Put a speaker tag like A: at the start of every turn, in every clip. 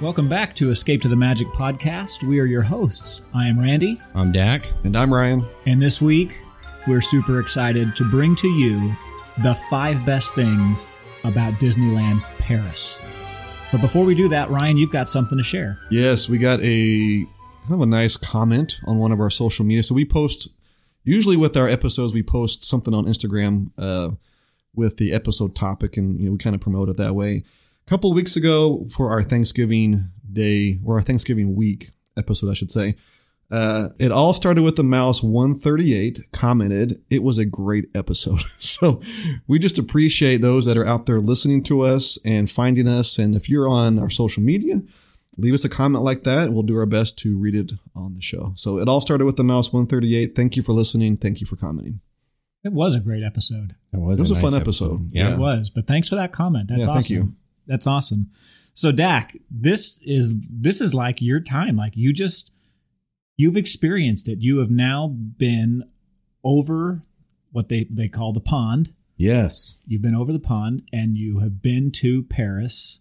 A: Welcome back to Escape to the Magic podcast. We are your hosts. I am Randy,
B: I'm Dak.
C: And I'm Ryan.
A: and this week we're super excited to bring to you the five best things about Disneyland Paris. But before we do that, Ryan, you've got something to share.
C: Yes, we got a kind of a nice comment on one of our social media. So we post usually with our episodes, we post something on Instagram uh, with the episode topic, and you know we kind of promote it that way. A couple of weeks ago for our Thanksgiving Day or our Thanksgiving week episode, I should say. Uh, it all started with the mouse 138 commented it was a great episode so we just appreciate those that are out there listening to us and finding us and if you're on our social media leave us a comment like that. We'll do our best to read it on the show. So it all started with the mouse 138. Thank you for listening. Thank you for commenting.
A: It was a great episode.
B: That was,
C: It was a fun
B: nice
C: episode.
B: Yeah.
C: Yeah.
A: It was, but thanks for that comment. That's
C: Yeah,
A: awesome.
C: thank you.
A: That's awesome. So Dak, this is this is like your time. Like you just you've experienced it. You have now been over what they they call the pond.
B: Yes.
A: You've been over the pond and you have been to Paris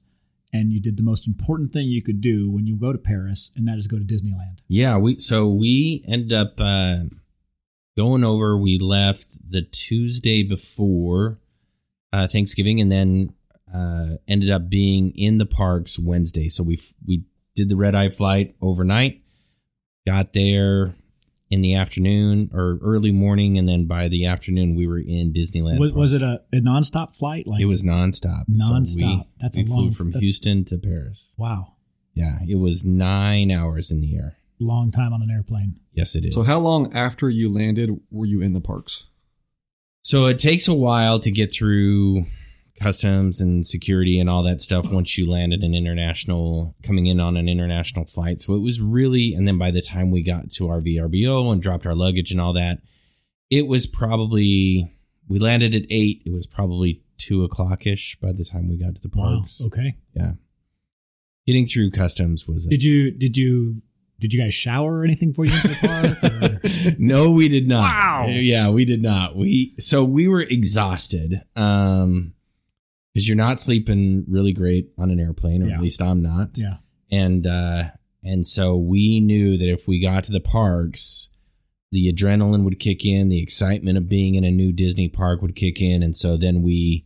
A: and you did the most important thing you could do when you go to Paris and that is go to Disneyland.
B: Yeah. We so we ended up uh, going over. We left the Tuesday before uh, Thanksgiving, and then uh, ended up being in the parks Wednesday. So we f- we did the red eye flight overnight. Got there in the afternoon or early morning, and then by the afternoon we were in Disneyland.
A: Was,
B: Park.
A: was it a, a nonstop flight? Like
B: It was nonstop. So
A: Nonstop.
B: we,
A: That's a
B: we
A: long-
B: flew from
A: that-
B: Houston to Paris.
A: wow,
B: Yeah, it was nine hours in the air.
A: long time on an airplane.
B: Yes, it is.
C: So how long after you landed were you in the parks?
B: So it takes a while to get through customs and security and all that stuff once you landed an international coming in on an international flight. So it was really, and then by the time we got to our VRBO and dropped our luggage and all that, it was probably we landed at eight. It was probably two o'clock ish by the time we got to the parks.
A: Wow. Okay.
B: Yeah, getting through customs was a,
A: Did you did you did you guys shower or anything before you went to the park?
B: no, we did not.
A: Wow.
B: Yeah, we did not. We so we were exhausted. Um because you're not sleeping really great on an airplane, or
A: Yeah.
B: at least I'm not.
A: Yeah.
B: And uh and so we knew that if we got to the parks, the adrenaline would kick in, the excitement of being in a new Disney park would kick in, and so then we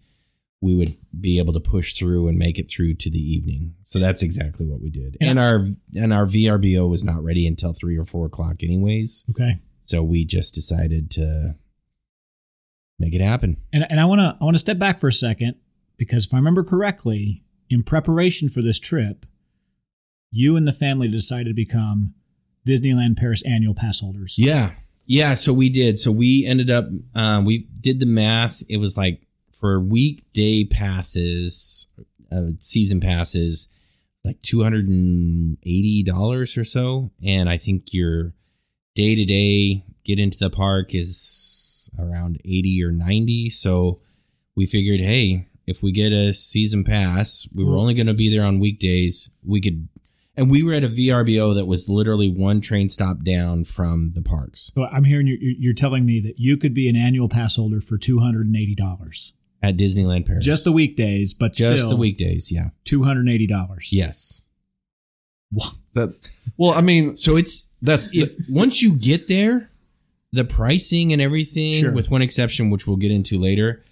B: we would be able to push through and make it through to the evening. So that's exactly what we did.
A: Yeah.
B: And our and our VRBO was not ready until three or four o'clock, anyways.
A: or- okay.
B: So we just decided to make it happen.
A: And and I want to I want to step back for a second because if I remember correctly, in preparation for this trip, you and the family decided to become Disneyland Paris annual pass holders.
B: Yeah. Yeah. So we did. So we ended up, uh, we did the math. It was like for weekday passes, uh, season passes, like $280 or so. And I think your day to day get into the park is around 80 or 90. So we figured, hey, if we get a season pass, we
A: Mm-hmm.
B: were only going to be there on weekdays. We could, and we were at a VRBO that was literally one train stop down from the parks
A: So I'm hearing you you- you're telling me that you could be an annual pass holder for two hundred and eighty dollars,
B: at Disneyland Paris.
A: just the weekdays, but
B: just
A: still
B: the weekdays. Yeah.
A: two hundred and eighty dollars.
B: Yes.
C: That well, I mean,
B: So it's
C: that's
B: if once you get there, the pricing and everything,
A: Sure.
B: with one exception, which we'll get into later.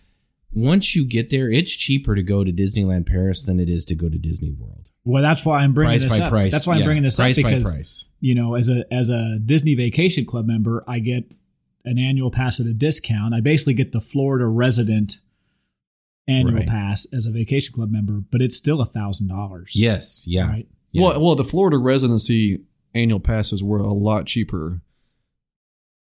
B: Once you get there, it's cheaper to go to Disneyland Paris than it is to go to Disney World.
A: Well, that's why I'm bringing
B: price
A: this
B: by
A: up.
B: price.
A: That's why I'm
B: yeah,
A: bringing this
B: price
A: up because
B: by price.
A: you know, as a as a Disney Vacation Club member, I get an annual pass at a discount. I basically get the Florida resident annual
B: Right.
A: pass as a Vacation Club member, but it's still a thousand dollars.
B: Yes. Yeah.
A: Right.
B: yeah.
C: well, well, the Florida residency annual passes were a lot cheaper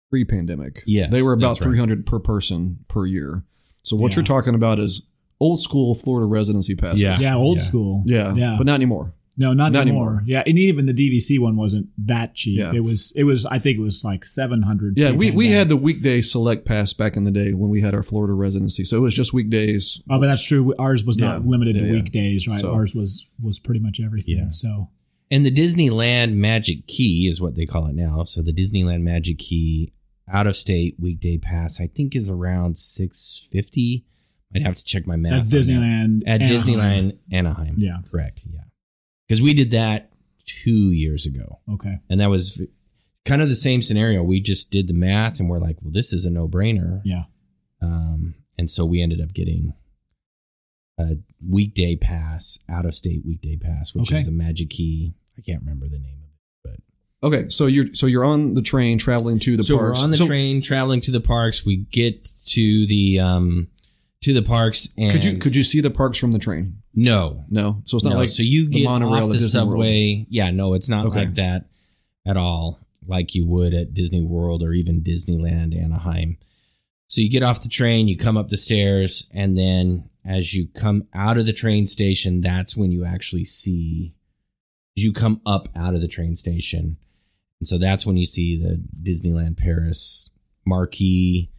C: pre-pandemic.
B: Yes,
C: they were about
B: that's right.
C: 300 per person per year. So what
A: Yeah.
C: you're talking about is old school Florida residency passes.
B: Yeah.
A: Yeah, old
B: Yeah.
A: school.
C: yeah,
A: yeah.
C: but not anymore.
A: no, not,
C: not
A: anymore.
C: anymore.
A: Yeah, and even the DVC one wasn't that cheap.
C: Yeah.
A: It was. It was. I think it was like seven hundred.
C: Yeah, we, we had the weekday select pass back in the day when we had our Florida residency. So it was just weekdays.
A: Oh, but that's true. Ours was not
C: Yeah.
A: limited
C: Yeah,
A: to
C: yeah.
A: weekdays, right?
C: So-
A: Ours was was pretty much everything.
B: Yeah.
A: So
B: And the Disneyland Magic Key is what they call it now. So the Disneyland Magic Key out of state weekday pass, I think, is around six fifty. I'd have to check my math.
A: at
B: on that.
A: Disneyland,
B: At
A: Anaheim.
B: Disneyland Anaheim.
A: Yeah.
B: Correct. Yeah. because we did that two years ago,
A: Okay.
B: and that was v- kind of the same scenario. We just did the math, and we're like, well, this is a no brainer.
A: Yeah.
B: Um, and so we ended up getting a weekday pass, out of state weekday pass, which
A: Okay.
B: is a magic key. I can't remember the name of it.
C: Okay, so you're so you're on the train traveling to the
B: so
C: parks.
B: we're on the
C: So
B: train traveling to the parks. We get to the um to the parks and
C: Could you could you see the parks from the train?
B: no
C: No. So it's not
B: no.
C: like
B: so you
C: the
B: get
C: monorail
B: off
C: at
B: the
C: Disney World.
B: subway. Yeah, no, it's not
C: Okay.
B: like that at all. Like you would at Disney World or even Disneyland Anaheim. So you get off the train, you come up the stairs, and then as you come out of the train station, that's when you actually see you come up out of the train station. And so that's when you see the Disneyland Paris marquee.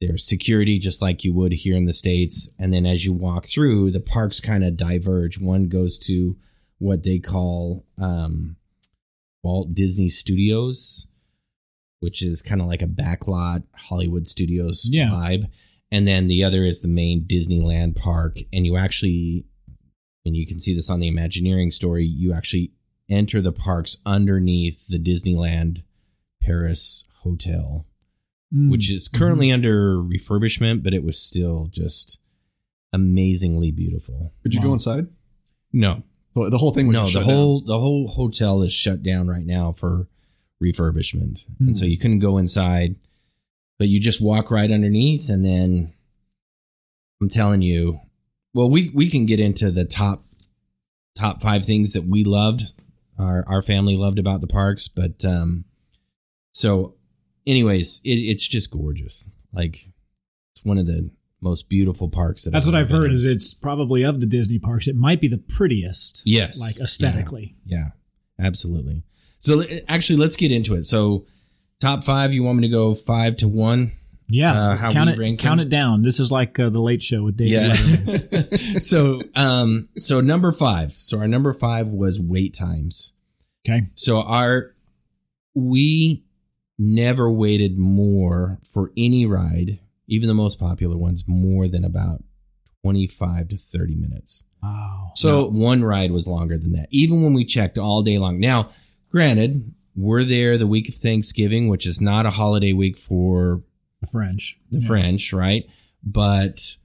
B: There's security just like you would here in the States. And then as you walk through, the parks kind of diverge. One goes to what they call um, Walt Disney Studios, which is kind of like a backlot Hollywood Studios
A: Yeah.
B: vibe. And then the other is the main Disneyland park. And you actually, and you can see this on the Imagineering story, you actually enter the parks underneath the Disneyland Paris Hotel
A: Mm.
B: which is currently under refurbishment, but it was still just amazingly beautiful.
C: could you
A: Wow.
C: go inside?
B: No,
C: So the whole thing was
B: no,
C: just
B: the
C: shut down.
B: whole the whole hotel is shut down right now for refurbishment,
A: Hmm.
B: and so you couldn't go inside, but you just walk right underneath, and then I'm telling you, well, we we can get into the top top five things that we loved, our our family loved about the parks, but um, so anyways, it, it's just gorgeous, like it's one of the most beautiful parks that
A: That's what
B: ever
A: I've
B: been
A: heard.
B: in.
A: Is it's probably of the Disney parks, it might be the prettiest.
B: Yes.
A: Like
B: Yeah.
A: aesthetically.
B: Yeah, absolutely. So uh, actually, let's get into it. So top five. You want me to go five to one?
A: Yeah.
B: Uh, how
A: count
B: we
A: it.
B: rank
A: count
B: them?
A: it down. This is like uh, the Late Show with David. Letterman.
B: so um, so number five. So our number five was wait times.
A: Okay.
B: So our we never waited more for any ride, even the most popular ones, more than about twenty five to thirty minutes.
A: Wow.
B: So
C: So
B: one ride was longer than that, even when we checked all day long. Now, granted, we're there the week of Thanksgiving, which is not a holiday week for
A: The French.
B: the
A: Yeah.
B: French, right? But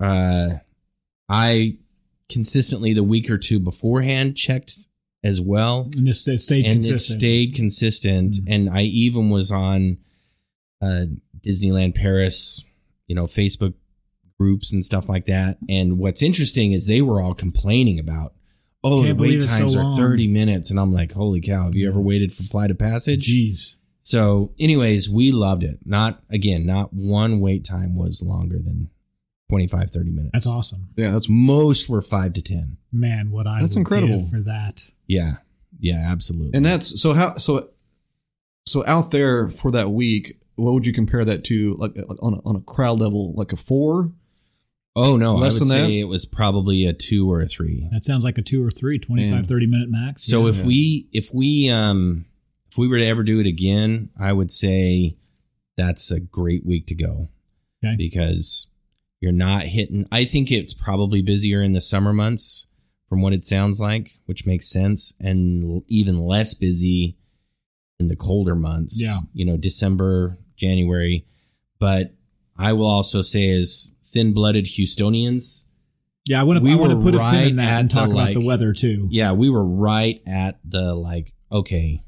B: uh, I consistently the week or two beforehand checked as well
A: And this it stayed
B: and
A: consistent.
B: it stayed consistent.
A: Mhm.
B: And I even was on uh, Disneyland Paris, you know, Facebook groups and stuff like that. And what's interesting is they were all complaining about, oh, the
A: Can't
B: wait
A: believe it's so
B: times are
A: long.
B: thirty minutes, and I'm like, holy cow, have you ever waited for Flight of Passage?
A: Jeez.
B: So, anyways, we loved it. Not again, not one wait time was longer than 25, 30 minutes.
A: That's awesome.
C: yeah, that's
B: Most were five to ten.
A: Man, what I
C: That's
A: would
C: incredible.
A: give for that.
B: Yeah, yeah, absolutely.
C: and that's so how so so out there for that week. What would you compare that to, like, like on a, on a crowd level, like a four?
B: oh no,
C: Less
B: I would
C: than that?
B: say it was probably a two or a three.
A: That sounds like a two or three, 25,
C: Yeah.
A: 30 minute max.
B: So
A: Yeah.
B: if we if we um if we were to ever do it again, I would say that's a great week to go.
A: Okay.
B: Because you're not hitting I think it's probably busier in the summer months from what it sounds like, which makes sense and l- even less busy in the colder months.
A: Yeah.
B: You know, December, January, but I will also say as thin-blooded Houstonians,
A: yeah, I want to
B: we
A: I want to
B: were
A: put a pin
B: right
A: in that
B: at
A: and talk
B: the,
A: about the
B: like-
A: weather too.
B: yeah, we were right at the like, okay,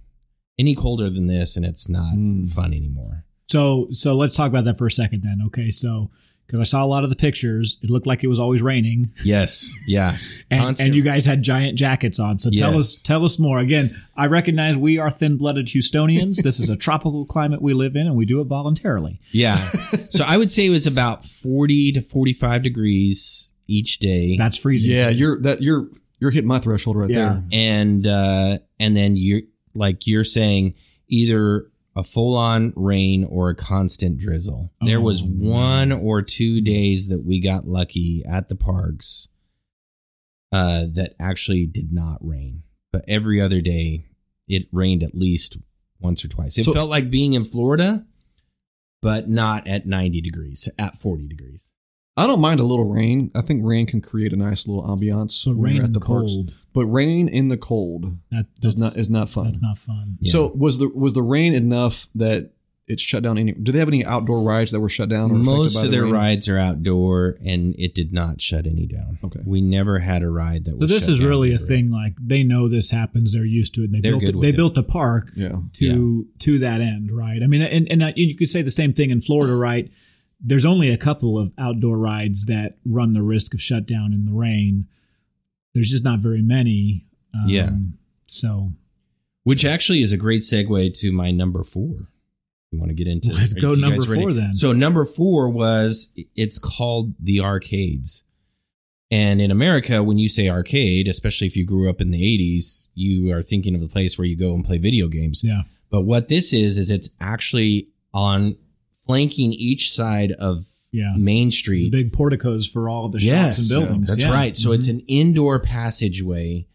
B: any colder than this and it's not
C: Mm.
B: fun anymore.
A: So so let's talk about that for a second then. Okay, so because I saw a lot of the pictures, it looked like it was always raining,
B: Yes. Yeah.
A: and,
B: Constant-
A: and you guys had giant jackets on. So tell
B: Yes.
A: us tell us more. Again, I recognize we are thin blooded Houstonians. this is a tropical climate we live in, and we do it voluntarily.
B: Yeah. so I would say it was about 40 to 45 degrees each day.
A: That's freezing.
C: Yeah, you're that you're you're hitting my threshold right
A: Yeah.
C: there.
B: and uh and then you're like you're saying either a full on rain or a constant drizzle. there
A: Oh,
B: was
A: man.
B: one or two days that we got lucky at the parks uh that actually did not rain. But every other day it rained at least once or twice. It
C: So-
B: felt like being in Florida, but not at 90 degrees, at 40 degrees.
C: I don't mind a little rain. I think rain can create a nice little ambiance
A: So
C: when
A: rain
C: you're at
A: and
C: the parks.
A: cold.
C: But rain in the cold
A: That,
C: is
A: that's
C: not is not fun.
A: That's not fun.
B: Yeah.
C: So was the was the rain enough that it shut down any? Do they have any outdoor rides that were shut down? Or affected
B: Most
C: by
B: of
C: the
B: their
C: rain?
B: rides are outdoor, and it did not shut any down.
C: Okay.
B: we never had a ride that.
A: So
B: was
A: this
B: shut
A: is
B: down
A: really a
B: due to
A: thing. Like they know this happens. They're used to it. They
B: They're
A: built
B: good
A: it,
B: with
A: they
B: it.
A: built a park
C: Yeah.
A: to to that end, right? I mean, and and uh, you could say the same thing in Florida, right? There's only a couple of outdoor rides that run the risk of shutdown in the rain. There's just not very many. Um,
B: Yeah.
A: So
B: Which actually is a great segue to my number four. You want to get into?
A: Let's
B: are
A: go
B: you guys
A: number
B: ready?
A: four then.
B: So number four was it's called the arcades, and in America, when you say arcade, especially if you grew up in the '80s, you are thinking of the place where you go and play video games.
A: yeah,
B: But what this is is it's actually on flanking each side of
A: yeah,
B: Main
A: the
B: Street.
A: big porticos for all the shops
B: Mm-hmm. Yes,
A: and buildings.
B: That's
A: Yeah.
B: right. So it's
A: Mhm.
B: an indoor passageway,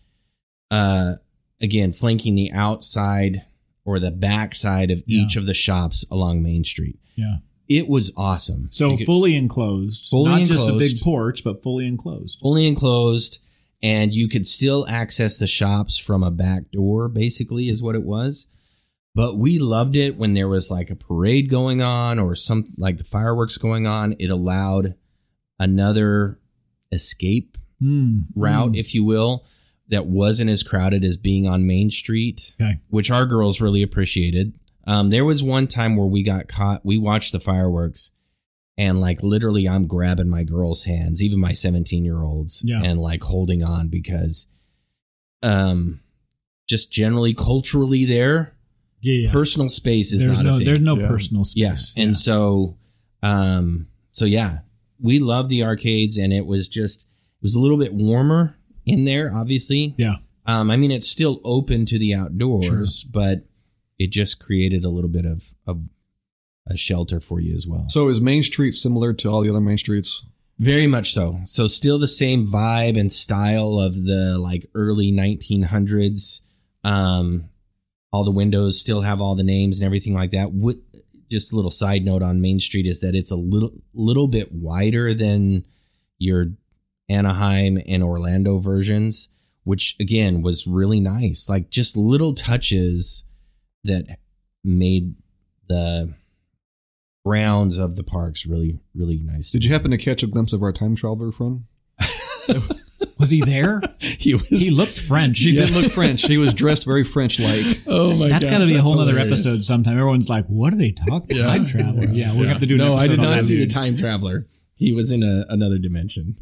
B: uh, again, flanking the outside or the back side of
A: Yeah.
B: each of the shops along Main Street.
A: yeah.
B: It was awesome.
A: So
B: You could-
A: fully enclosed,
B: Fully
A: not just a big
B: enclosed.
A: porch, but fully enclosed.
B: fully enclosed, and you could still access the shops from a back door, basically, is what it was. But we loved it when there was like a parade going on or some like the fireworks going on. It allowed another escape
A: Mm.
B: route,
A: Mm.
B: if you will, that wasn't as crowded as being on Main Street,
A: Okay.
B: which our girls really appreciated. Um, there was one time where we got caught. We watched the fireworks, and like literally, I'm grabbing my girls' hands, even my 17 year olds,
A: Yeah.
B: and like holding on because, um, just generally culturally, there
A: Yeah, yeah.
B: personal space is
A: there's
B: not
A: no
B: a thing.
A: there's no
C: Yeah.
A: personal space.
B: Yes. And so um so yeah, we love the arcades and it was just it was a little bit warmer in there obviously.
A: yeah,
B: Um I mean it's still open to the outdoors, but it just created a little bit of of a shelter for you as well.
C: So is Main Street similar to all the other Main Streets?
B: Very much so. So still the same vibe and style of the like early 1900s. Um, all the windows still have all the names and everything like that. What, just a little side note on Main Street is that it's a little little bit wider than your Anaheim and Orlando versions, which again was really nice. Like just little touches that made the grounds of the parks really really nice.
C: Did you happen to catch a glimpse of our time traveler friend?
A: was he there?
B: he was.
A: he looked French.
C: He did look French. He was dressed very French like.
B: oh my
A: That's
B: gosh,
A: got to be a
B: that's
A: whole other
B: hilarious.
A: episode sometime. Everyone's like, "What are they talking?
B: Yeah.
A: Time travel? Yeah, we're gonna have to do. An
B: No, I
A: episode
B: did
A: on
B: not
A: that,
B: see the
A: dude.
B: time traveler. He was in a, another dimension.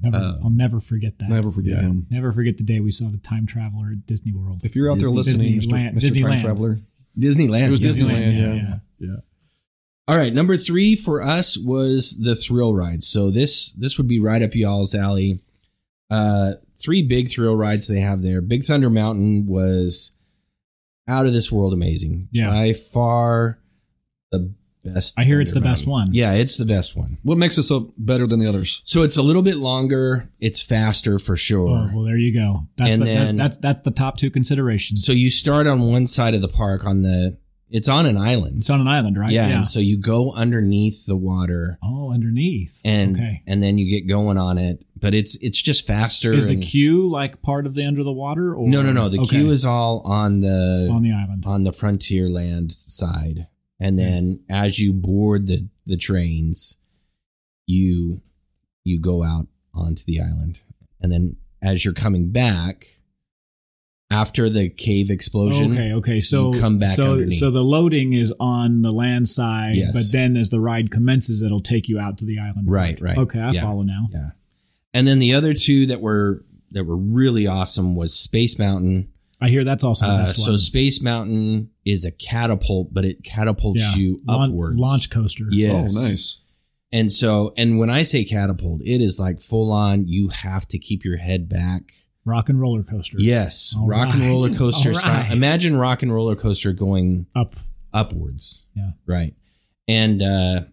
A: Never,
B: Uh,
A: I'll never forget that. Never.
C: Never forget
B: Yeah.
C: him.
A: forget the day we saw the time traveler at Disney World.
C: If you're out there
A: Disney-
C: listening, Mr.
A: Disneyland-
C: Mr. Time
A: Disneyland.
C: Traveler,
B: Disneyland.
C: It was
B: yeah.
C: Disneyland. yeah.
B: All right, number three for us was the thrill rides. So this this would be right up y'all's alley. Uh, three big thrill rides they have there. Big Thunder Mountain was out of this world amazing.
A: Yeah.
B: by far the best.
A: I hear it's
B: Thunder
A: the best
B: Mountain.
A: one.
B: Yeah, it's the best one.
C: what makes us so better than the others?
B: So it's a little bit longer. It's faster for sure.
A: Oh, well, there you go. That's
B: And
A: the, that's-
B: then-
A: that's that's the top two considerations.
B: So you start on one side of the park on the. It's on an island.
A: it's on an island, right?
B: yeah, And so you go underneath the water,
A: oh, underneath.
B: and
A: okay.
B: and then you get going on it. But it's it's just faster.
A: Is the
B: and-
A: queue like part of the under the water? Or
B: No, no, no. The
A: Okay.
B: queue is all on the
A: on the island.
B: on the frontier land side, and then as you board the the trains, you you go out onto the island, and then as you're coming back after the cave explosion.
A: Okay, okay. So
B: you come back
A: so
B: underneath.
A: so the loading is on the land side,
B: Yes.
A: but then as the ride commences, it'll take you out to the island.
B: Right, right.
A: Okay, I
B: Yeah.
A: follow now.
B: Yeah. And then the other two that were that were really awesome was Space Mountain.
A: I hear that's also the
B: Uh,
A: best
B: so
A: one.
B: Space Mountain is a catapult, but it catapults
A: Yeah.
B: you
A: Laun-
B: upwards.
A: launch coaster.
B: Yes.
C: Oh, nice.
B: And so, and when I say catapult, it is like full on. You have to keep your head back.
A: rock and roller coaster.
B: Yes,
A: All
B: rock and
A: right.
B: roller coaster
A: All
B: style.
A: right.
B: Imagine rock and roller coaster going
A: up.
B: upwards.
A: Yeah.
B: Right. And uh,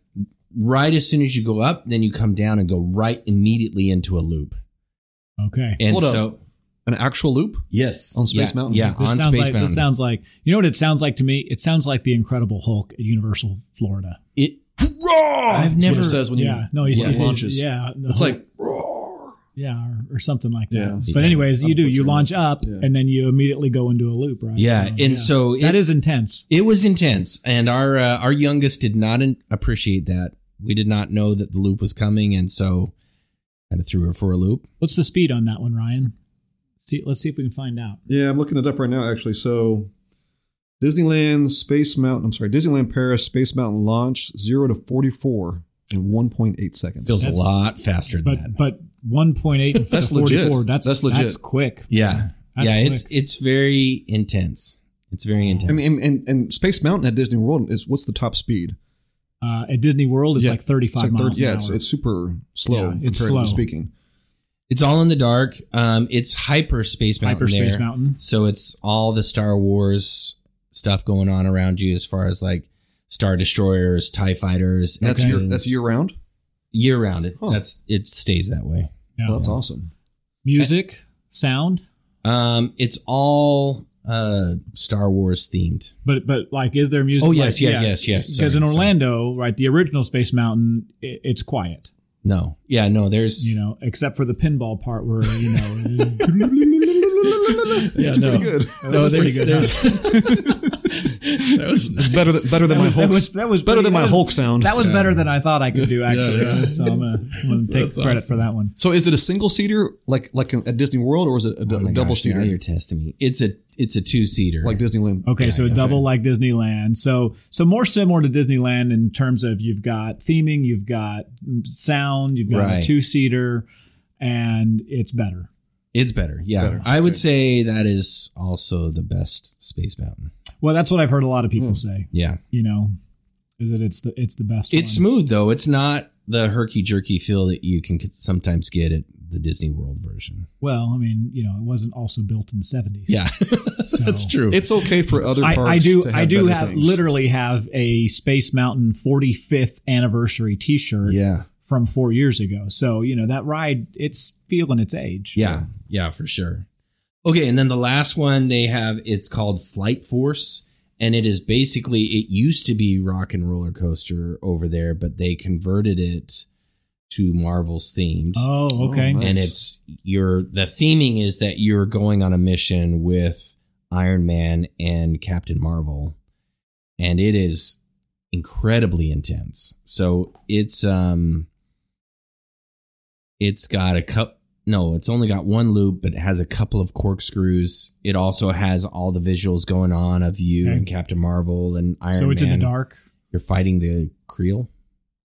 B: right as soon as you go up, then you come down and go right immediately into a loop.
A: Okay,
B: And
C: Hold up.
B: so,
C: An actual loop?
B: Yes.
C: On Space
B: yeah,
C: Mountain?
B: Yeah,
C: This
A: this
B: on
A: sounds
B: Space
A: like
B: Mountain.
A: this sounds like you know what it sounds like to me. It sounds like the Incredible Hulk at Universal Florida.
B: it
C: Roar!
B: I've
C: That's what
B: never-
C: it says when
A: yeah,
C: you
A: no, he
C: when it
A: says,
C: launches.
A: yeah, no,
C: It's like roar.
A: yeah, or, or something like that.
C: Yeah.
A: But
B: Yeah.
A: anyways,
C: I'm
A: you do you
C: butchering
A: launch up
C: Yeah.
A: and then you immediately go into a loop, right?
B: Yeah, and so
A: that
B: it-
A: is intense.
B: It was intense, and our uh, our youngest did not in- appreciate that. We did not know that the loop was coming, and so kind of threw her for a loop.
A: What's the speed on that one, Ryan? See, let's see if we can find out.
C: Yeah, I'm looking it up right now actually. So Disneyland Space Mountain, I'm sorry, Disneyland Paris Space Mountain launch 0 to 44 in 1.8 seconds.
B: Feels
A: That's-
B: a lot faster than
A: But
B: that.
A: but one point eight to
C: That's
A: forty four.
C: legit.
A: That's
C: That's legit.
A: That's quick.
B: yeah,
A: That's
B: yeah, it's
A: quick.
B: it's very intense. It's very intense.
C: I mean, and, and, and Space Mountain at Disney World is what's the top speed?
A: uh, at Disney World it's
C: Yeah,
A: like thirty five
C: It's like
A: miles.
C: 30 yeah,
A: an
C: it's,
A: hour.
C: it's super slow.
A: Yeah, it's
C: comparatively
A: slow.
C: Speaking,
B: it's all in the dark. Um, it's hyperspace mountain.
A: hyperspace
B: there.
A: mountain.
B: So it's all the Star Wars stuff going on around you, as far as like star destroyers, Tie fighters.
C: And that's
A: Okay.
C: year
B: airplanes.
C: that's year round.
B: year round. It,
C: Huh.
B: That's it stays that way.
A: Yeah.
C: Well, that's awesome.
A: Music, sound,
B: Um, it's all uh Star Wars themed.
A: but but like, is there music?
B: Oh,
A: like-
B: yes, yeah, yes, yes.
A: Because
B: Sorry,
A: in
B: sorry.
A: Orlando, right, the original Space Mountain, i it's quiet.
B: No, yeah, no. There's
A: You know, except for the pinball part where you know. yeah,
C: It's pretty good.
A: No, pretty good. huh?
B: that was
C: It's better than, better than my
A: was-
C: Hulk.
A: that was- that was
C: better
A: pretty-
C: than my
A: that was-
C: Hulk sound.
A: That was better than I thought I could do. Actually,
B: yeah.
A: so I'm gonna, I'm gonna take
B: That's
A: credit
B: awesome.
A: for that one.
C: so is it a single seater like like at Disney World or is it a d-
B: oh my
C: double
B: gosh,
C: seater
B: Now you're testing me. It's a it's a two seater.
C: like Disneyland?
A: Okay, so a
B: yeah,
A: double like Disneyland. So so more similar to Disneyland in terms of you've got theming, you've got sound, you've got a
B: Right.
A: two seater, and it's better.
B: it's better. Yeah,
C: Better.
B: I would say that is also the best Space Mountain.
A: Well, that's what I've heard a lot of people
B: Hmm.
A: say.
B: Yeah,
A: You know, is that it's the it's the best.
B: it's
A: one.
B: smooth though. It's not the herky jerky feel that you can sometimes get at the Disney World version.
A: well. I mean, you know, it wasn't also built in the seventies.
B: Yeah,
A: so.
B: that's true.
C: It's okay for other
A: I,
C: parks.
A: I do.
C: to have
A: I do
C: better
A: have
C: things.
A: literally have a Space Mountain 45th anniversary T-shirt
B: yeah,
A: from four years ago. So you know that ride, it's feeling its age.
B: Yeah, yeah, for sure. Okay, and then the last one they have it's called Flight Force, and it is basically it used to be Rock and Roller Coaster over there, but they converted it to Marvel's themed.
A: Oh, okay.
C: Oh, nice.
B: And it's your the theming is that you're going on a mission with Iron Man and Captain Marvel, and it is incredibly intense. So it's um, it's got a cup. No, it's only got one loop, but it has a couple of corkscrews. It also has all the visuals going on of you
A: Okay.
B: and Captain Marvel and Iron Man.
A: so it's in the dark.
B: You're fighting the Creel.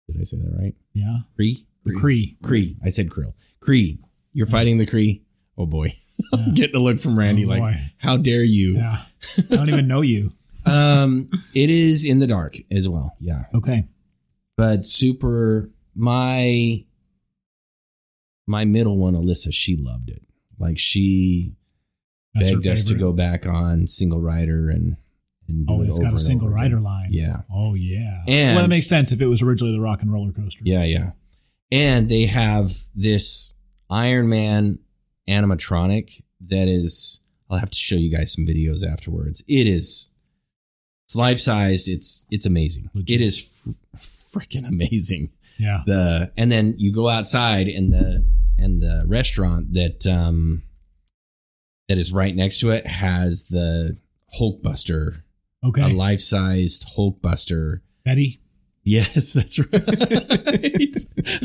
B: Did I say that right?
A: Yeah.
B: Cree.
A: The Cree.
B: Cree. I said Krill. Cree. You're fighting the Cree. Oh boy.
A: Yeah.
B: I'm getting a look from Randy
A: Oh,
B: like,
A: boy.
B: how dare you?
A: yeah. I don't even know you.
B: Um, it is in the dark as well. Yeah.
A: Okay.
B: But super my my middle one, Alyssa, she loved it. Like she
A: That's her
B: begged us to
A: favorite.
B: go back on single rider and and do
A: Oh,
B: it
A: it's
B: over
A: got a
B: and
A: single
B: over again.
A: rider line.
B: Yeah.
A: Oh yeah.
B: And-
A: well, that makes sense if it was originally the Rock and Roller Coaster.
B: Yeah, yeah. And they have this Iron Man animatronic that is I'll have to show you guys some videos afterwards. It is it's life sized. It's it's amazing.
A: Legit.
B: It is fr- freaking amazing.
A: Yeah.
B: The and then you go outside and the and the restaurant that um that is right next to it has the Hulkbuster, a
A: Okay.
B: life sized Hulkbuster
A: Betty.
B: Yes, that's right.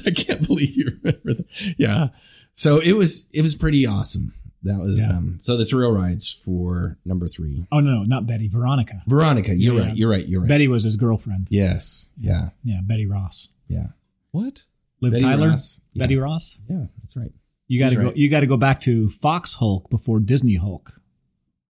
B: I can't believe you remember that. Yeah. So it was it was pretty awesome. That was
A: Yeah.
B: um so the thrill rides for number three.
A: Oh no, no, not Betty. Veronica.
B: Veronica, you're
A: Yeah.
B: right, you're right, you're right.
A: Betty was his girlfriend.
B: Yes. Yeah.
A: Yeah. Betty Ross.
B: Yeah.
C: what?
A: Liv
B: Betty
A: Tyler.
B: Ross. Yeah.
A: Betty Ross.
B: Yeah, that's right.
A: You got to
B: He's
A: go.
B: right.
A: You got to go back to Fox Hulk before Disney Hulk.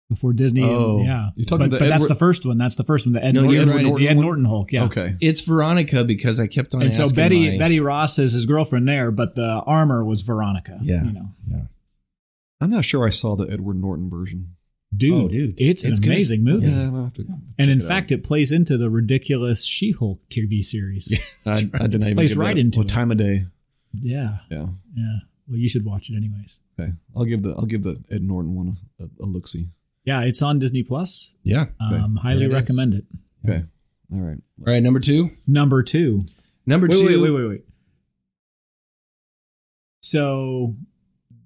A: Before Disney, and-
C: Oh.
A: yeah,
C: You're talking
A: but,
C: the
A: but that's
C: Edward-
A: the first one. That's the first one. The Ed
B: No,
A: Norton,
B: you're right, it's
A: the Ed
C: the one-
A: Norton Hulk. Yeah,
C: Okay.
B: It's Veronica because I kept on
A: and so
B: asking
A: Betty
B: my-
A: Betty Ross is his girlfriend there, but the armor was Veronica.
B: Yeah.
A: you know,
B: Yeah.
C: I'm not sure I saw the Edward Norton version.
A: dude,
B: Oh, dude.
A: it's,
B: It's
A: an
B: good.
A: amazing movie.
C: Yeah, I'm gonna have to.
A: And in
C: check it
A: fact, it plays into the ridiculous She-Hulk TV series.
C: out. I, I didn't even
A: plays
C: give
A: right
C: that
A: into
C: what
A: it.
C: time of day.
A: yeah,
C: Yeah.
A: yeah. Well, you should watch it anyways.
C: Okay. I'll give the I'll give the Ed Norton one a, a look. See.
A: Yeah, it's on Disney Plus.
B: Yeah.
A: Um,
B: There
A: highly
B: it is.
A: recommend it.
C: Okay. All right.
B: All right, number two.
A: Number two.
B: Number
A: Wait,
B: two.
A: wait, wait, wait, wait. So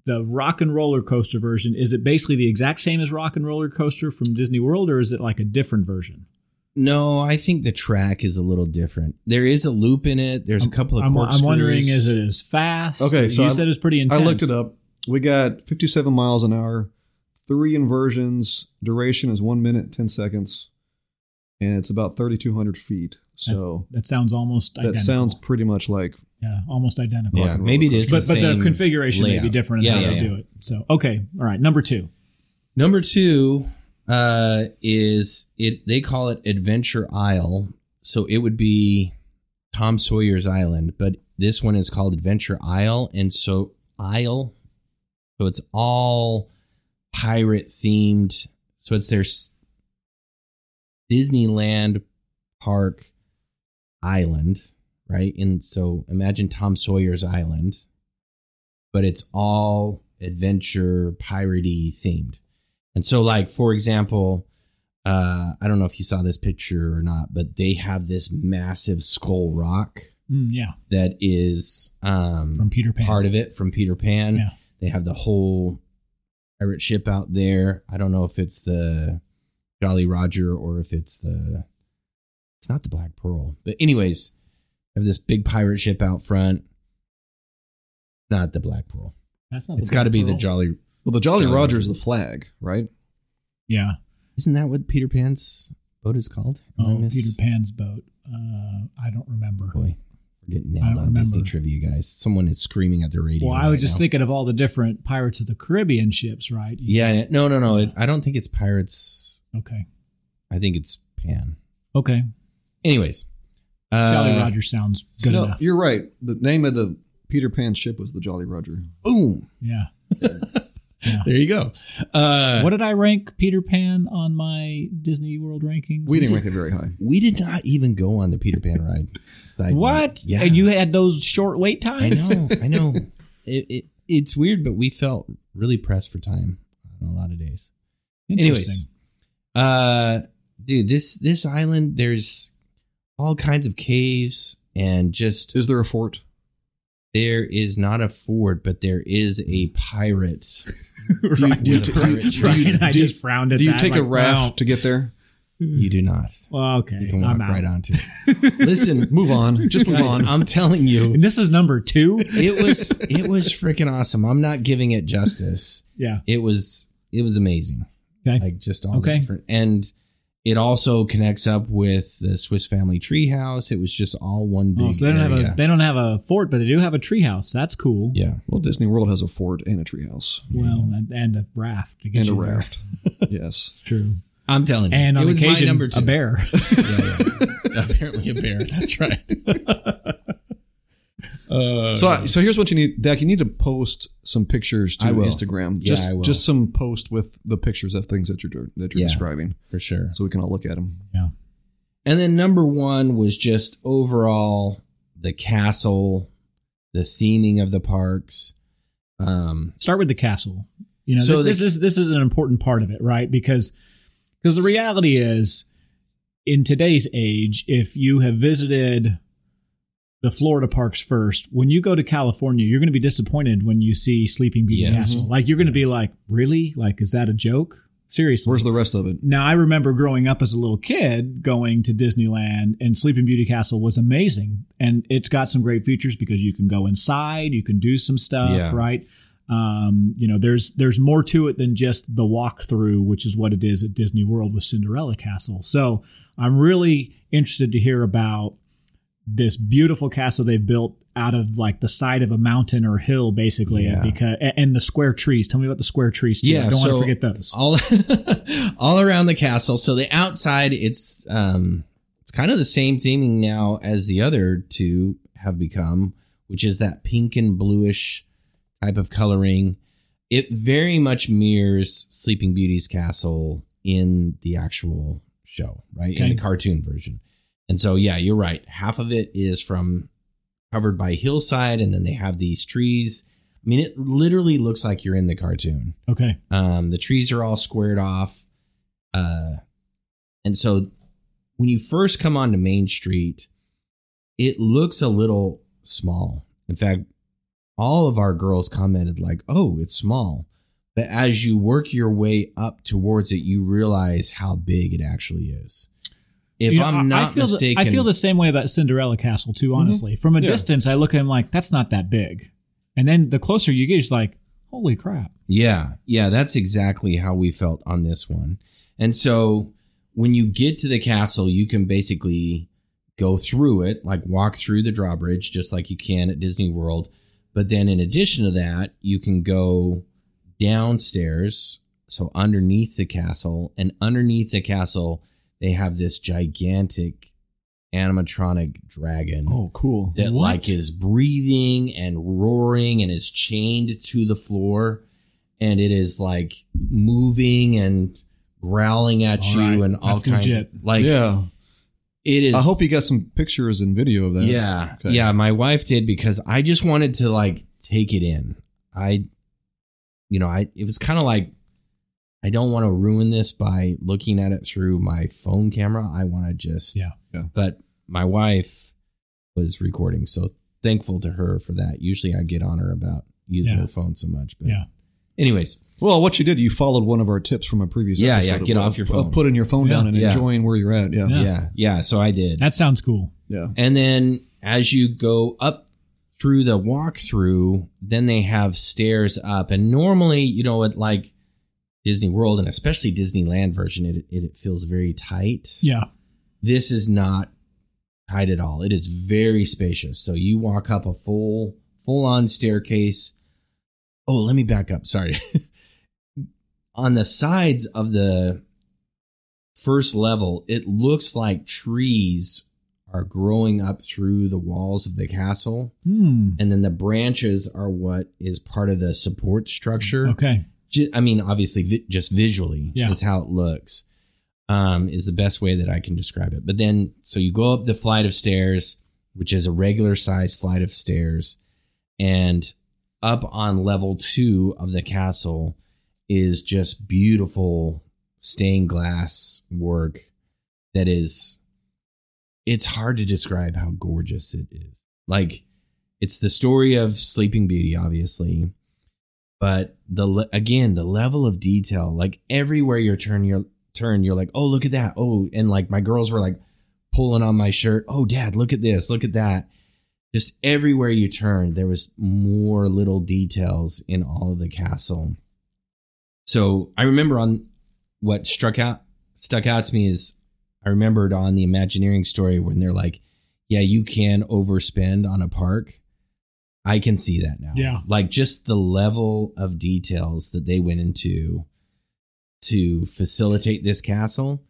A: the rock and roller coaster version is it basically the exact same as rock and roller coaster from Disney World, or is it like a different version?
B: No, I think the track is a little different. There is a loop in it. There's a couple of.
A: I'm, I'm wondering,
B: corkscrews.
A: is it as fast?
C: Okay, so
A: you
C: I'm-
A: said it was pretty
C: I
A: intense.
C: looked it up. We got 57 miles an hour, three inversions. Duration is one minute, 10 seconds, and it's about 3,200 feet.
A: That's-
C: So
A: that sounds almost
C: that
A: identical.
C: sounds pretty much like
A: yeah, almost identical.
B: Yeah, maybe it is.
A: But, but
B: the
A: the
B: same
A: configuration may be
B: layout.
A: different in
B: Yeah,
A: how
B: yeah,
A: they
B: yeah.
A: do it. So okay, all right, number two.
B: Number two uh, is it. They call it Adventure Isle, so it would be Tom Sawyer's Island, but this one is called Adventure Isle, and so Isle, so it's all pirate themed. So it's their s- Disneyland Park Island, right? And so imagine Tom Sawyer's Island, but it's all adventure piratey themed. And so, like for example, uh, I don't know if you saw this picture or not, but they have this massive skull rock
A: Mm, yeah,
B: that is um,
A: from Peter Pan.
B: part of it from Peter Pan.
A: Yeah.
B: They have the whole pirate ship out there. I don't know if it's the Jolly Roger or if it's the it's not the Black Pearl. But anyways, they have this big pirate ship out front. Not the Black Pearl.
A: That's not.
B: It's got to be
A: Oh,
B: the
A: Black Pearl.
B: Jolly.
C: well, the Jolly
B: Jolly
C: Roger is the
B: Roger.
C: flag, right?
A: Yeah.
B: Isn't that what Peter Pan's boat is called? Am I
A: Oh,
B: miss-
A: Peter Pan's boat. Uh, I don't remember.
B: Boy, we're getting
A: I
B: nailed
A: don't
B: on Disney
A: remember.
B: trivia, guys. Someone is screaming at the radio.
A: Well, I was
B: right
A: just
B: now.
A: thinking of all the different Pirates of the Caribbean ships, right? You-
B: Yeah, yeah. no, no, no. It, I don't think it's pirates.
A: Okay.
B: I think it's Pan.
A: Okay.
B: Anyways, uh,
A: Jolly Roger sounds good
C: no,
A: enough.
C: you're right. The name of the Peter Pan ship was the Jolly Roger.
B: Boom.
A: Yeah.
B: There you go. Uh,
A: What did I rank Peter Pan on my Disney World rankings?
C: We didn't rank it very high.
B: we did not even go on the Peter Pan ride. Side note.
A: What?
B: Yeah.
A: And you had those short wait
B: I
A: times?
B: know. I know. It, it it's weird, but we felt really pressed for time on a lot of days. Anyways,
A: Interesting.
B: uh, dude, this this island there's all kinds of caves and just
C: Is there a fort?
B: there is not a ford, but there is a pirate.
A: Right.
B: do you t- do you-
A: Right.
B: do you-
A: And I
C: do you-
A: just frowned at
C: Do you
A: that,
C: take a
A: like,
C: raft
A: wow.
C: to get there?
B: you do not.
A: Well, okay.
B: You can walk
A: I'm out.
B: right onto. it. Listen,
C: Move on. Just move
B: Guys,
C: on.
B: I'm telling you,
A: And this is number two?
B: it was it was freaking awesome. I'm not giving it justice.
A: yeah.
B: It was it was amazing.
A: Okay.
B: Like just all
A: Okay.
B: okay. different and it also connects up with the Swiss Family Treehouse. It was just all one big
A: Oh, so they don't
B: area.
A: have a they don't have a fort, but they do have a treehouse. That's cool.
B: yeah.
C: well, Disney World has a fort and a treehouse
A: Well, and, and a raft to get
C: and a
A: you there.
C: raft. yes.
A: It's true.
B: I'm telling you.
A: And
B: it
A: on
B: was
A: occasion,
B: my number two.
A: a bear.
B: Yeah, yeah. Apparently a bear. That's right. uh,
C: So, I- so here's what you need, Dak. You need to post some pictures to
B: I will.
C: Instagram.
B: Yeah,
C: just,
B: I will.
C: just some post with the pictures of things that you're that you're
B: Yeah.
C: describing,
B: for sure.
C: so we can all look at them.
A: yeah.
B: And then number one was just overall the castle, the theming of the parks. Um,
A: Start with the castle. You know,
B: So
A: this,
B: the-
A: this is this is an important part of it, right? Because because the reality is in today's age, if you have visited the Florida parks first, when you go to California, you're going to be disappointed when you see Sleeping Beauty
B: Yes.
A: Castle. Like you're going to be like, "Really? Like is that a joke? Seriously?"
C: Where's the rest of it?
A: Now, I remember growing up as a little kid going to Disneyland, and Sleeping Beauty Castle was amazing. And it's got some great features because you can go inside, you can do some stuff,
B: Yeah.
A: right? Um, you know, there's there's more to it than just the walkthrough, which is what it is at Disney World with Cinderella Castle. So I'm really interested to hear about this beautiful castle they've built out of like the side of a mountain or hill, basically,
B: Yeah.
A: because and, and the square trees. Tell me about the square trees. Too. I
B: yeah,
A: don't
B: so
A: want to forget those.
B: all all around the castle. So the outside, it's um, it's kind of the same theming now as the other two have become, which is that pink and bluish type of coloring. It very much mirrors Sleeping Beauty's castle in the actual show, right? In
A: Okay.
B: the cartoon version. And so, yeah, you're right. Half of it is from covered by hillside, and then they have these trees. I mean, it literally looks like you're in the cartoon.
A: okay.
B: Um, the trees are all squared off. Uh, and so when you first come onto Main Street, it looks a little small. In fact, all of our girls commented like, "Oh, it's small." But as you work your way up towards it, you realize how big it actually is. If
A: You know, I-
B: I'm not
A: I feel
B: mistaken, Mm-hmm.
A: the, I feel the same way about Cinderella Castle too. Honestly, from a
C: Yeah.
A: distance, I look at him like that's not that big, and then the closer you get, it's like, holy crap!
B: Yeah, yeah, that's exactly how we felt on this one. And so when you get to the castle, you can basically go through it, like walk through the drawbridge, just like you can at Disney World. But then in addition to that, you can go downstairs, so underneath the castle, and underneath the castle, they have this gigantic animatronic dragon
C: Oh, cool.
B: that
A: What?
B: like is breathing and roaring and is chained to the floor and it is like moving and growling at
A: All
B: you
A: right.
B: and all
A: That's
B: kinds
A: legit.
B: of like
C: yeah.
B: it is
C: I hope you got some pictures and video of that.
B: yeah
C: Okay.
B: yeah my wife did because i just wanted to like take it in i you know i it was kind of like i don't want to ruin this by looking at it through my phone camera i want to just
A: Yeah.
C: Yeah.
B: but my wife was recording so thankful to her for that usually i get on her about using
A: Yeah.
B: her phone so much but
A: Yeah.
B: anyways
C: Well, what you did, you followed one of our tips from a previous
B: Yeah,
C: episode.
B: yeah,
C: of-
B: get
C: of-
B: off your
C: of
B: phone.
C: putting your phone
A: Yeah.
C: down and
B: Yeah.
C: enjoying where you're at. Yeah.
A: Yeah.
B: yeah yeah, so i did
A: That sounds cool.
C: Yeah.
B: And then as you go up through the walkthrough, then they have stairs up. And normally, you know, at like Disney World and especially Disneyland version, it, it, it feels very tight.
A: Yeah,
B: This is not tight at all. It is very spacious. So you walk up a full, full on staircase. Oh, let me back up. Sorry. on the sides of the first level, it looks like trees are growing up through the walls of the castle.
A: hmm.
B: And then the branches are what is part of the support structure.
A: okay,
B: Ju- I mean, obviously, vi- just visually
A: Yeah.
B: is how it looks, um, is the best way that I can describe it. But then, so you go up the flight of stairs, which is a regular size flight of stairs, and up on level two of the castle is just beautiful stained glass work that is, it's hard to describe how gorgeous it is. Like, it's the story of Sleeping Beauty, obviously but the le- again the level of detail like everywhere you turn your turn you're like oh look at that oh and like my girls were like pulling on my shirt oh dad look at this look at that just everywhere you turned there was more little details in all of the castle so i remember on what struck out stuck out to me is i remembered on the imagineering story when they're like yeah you can overspend on a park i can see that now
A: Yeah.
B: like just the level of details that they went into to facilitate this castle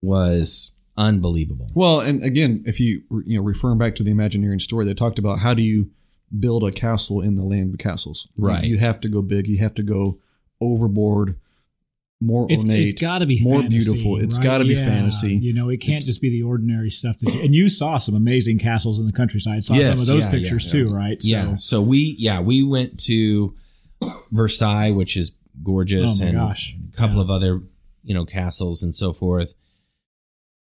B: was unbelievable
C: Well, and again, if you you know referring back to the Imagineering story, they talked about how do you build a castle in the land of castles.
B: Right.
C: You have to go big. You have to go overboard. More
A: it's,
C: ornate.
A: it's got to be
C: more
A: fantasy,
C: beautiful. It's
A: right?
C: got to be
A: Yeah.
C: fantasy.
A: You know, it can't
C: It's-
A: just be the ordinary stuff. That you, and you saw some amazing castles in the countryside. Saw some
B: Yes,
A: of those
B: yeah, yeah,
A: pictures
B: yeah.
A: too, right? So,
B: yeah so we yeah we went to versailles which is
A: Oh
B: gorgeous
A: my
B: and
A: gosh,
B: a couple
A: Yeah.
B: of other you know castles and so forth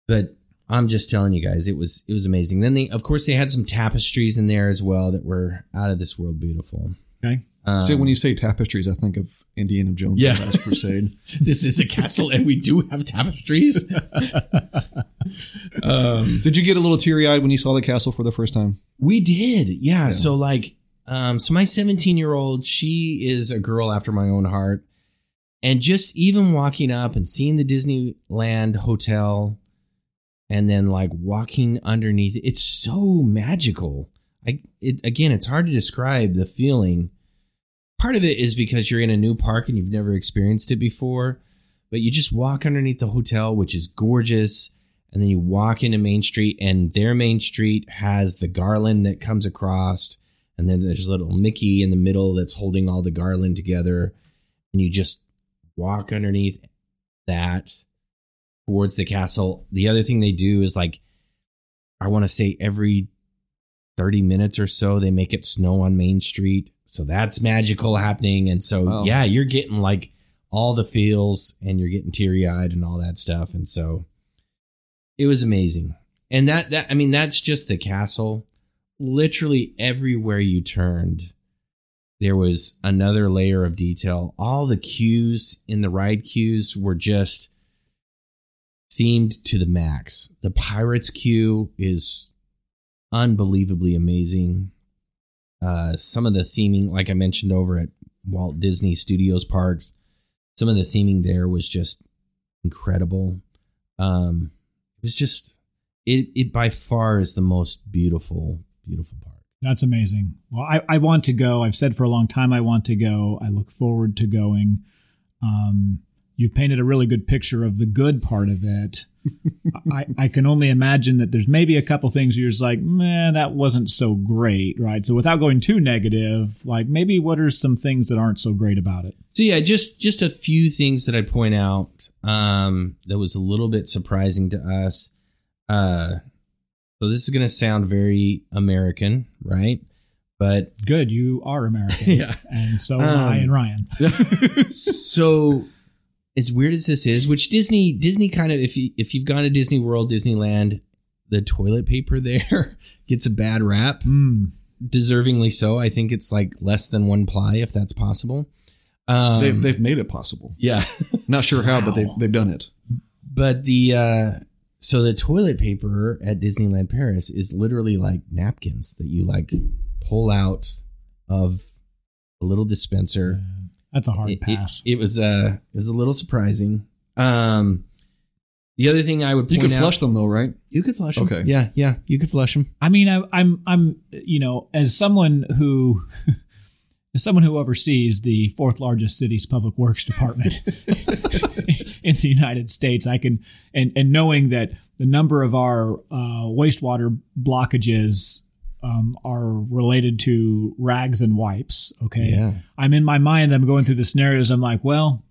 B: but i'm just telling you guys it was it was amazing then they of course they had some tapestries in there as well that were out of this world beautiful
A: Okay.
B: um,
C: so when you say tapestries, I think of Indiana Jones'
B: Yeah.
C: Last Crusade.
B: this is a castle and we do have tapestries um
C: Did you get a little teary eyed when you saw the castle for the first time?
B: We did. Yeah. So like um so my 17 year old, she is a girl after my own heart. And just even walking up and seeing the Disneyland hotel and then like walking underneath it, it's so magical. I it again, it's hard to describe the feeling. Part of it is because you're in a new park and you've never experienced it before, but you just walk underneath the hotel, which is gorgeous and then you walk into Main Street, and their Main Street has the garland that comes across, and then there's little Mickey in the middle that's holding all the garland together, and you just walk underneath that towards the castle. The other thing they do is like, I want to say every 30 minutes or so, they make it snow on Main Street. So that's magical happening. And so,
C: Wow.
B: yeah, you're getting like all the feels and you're getting teary eyed and all that stuff. And so, it was amazing. And that that I mean that's just the castle. Literally everywhere you turned, there was another layer of detail. All the cues in the ride cues were just themed to the max. The pirates queue is unbelievably amazing. Uh, some of the theming, like I mentioned over at Walt Disney Studios parks, some of the theming there was just incredible. Um, it was just it. It by far is the most beautiful, beautiful park.
A: That's amazing. Well, I, I want to go. I've said for a long time I want to go. I look forward to going. Um, you've painted a really good picture of the good part of it. I, I can only imagine that there's maybe a couple things you're just like, man, that wasn't so great, right? So without going too negative, like maybe what are some things that aren't so great about it?
B: So yeah, just just a few things that I'd point out um, that was a little bit surprising to us. Uh, so this is going to sound very American, right? But
A: Good, you are American.
B: Yeah.
A: And so
B: Um,
A: am I and Ryan.
B: so as weird as this is, which Disney Disney kind of if you if you've gone to Disney World, Disneyland, the toilet paper there gets a bad rap,
A: Mm,
B: deservingly so. I think it's like less than one ply if that's possible. Um,
C: they've, they've made it possible.
B: yeah,
C: Not sure how, but they've,
A: Wow.
C: they've done it.
B: but the uh, so the toilet paper at Disneyland Paris is literally like napkins that you like pull out of a little dispenser.
A: that's a hard
B: it, it-
A: pass.
B: It, was uh, it was a little surprising. Um, the other thing I would
C: You
B: point
C: could
B: out,
C: flush them though, right?
B: you could flush. 'em.
C: Okay.
B: Yeah, yeah, you could flush them.
A: I mean, I, I'm, I'm, you know, as someone who, as someone who oversees the fourth largest city's public works department in the United States, I can, and and knowing that the number of our uh, wastewater blockages um, are related to rags and wipes. Okay,
B: Yeah.
A: I'm in my mind. I'm going through the scenarios. I'm like, well,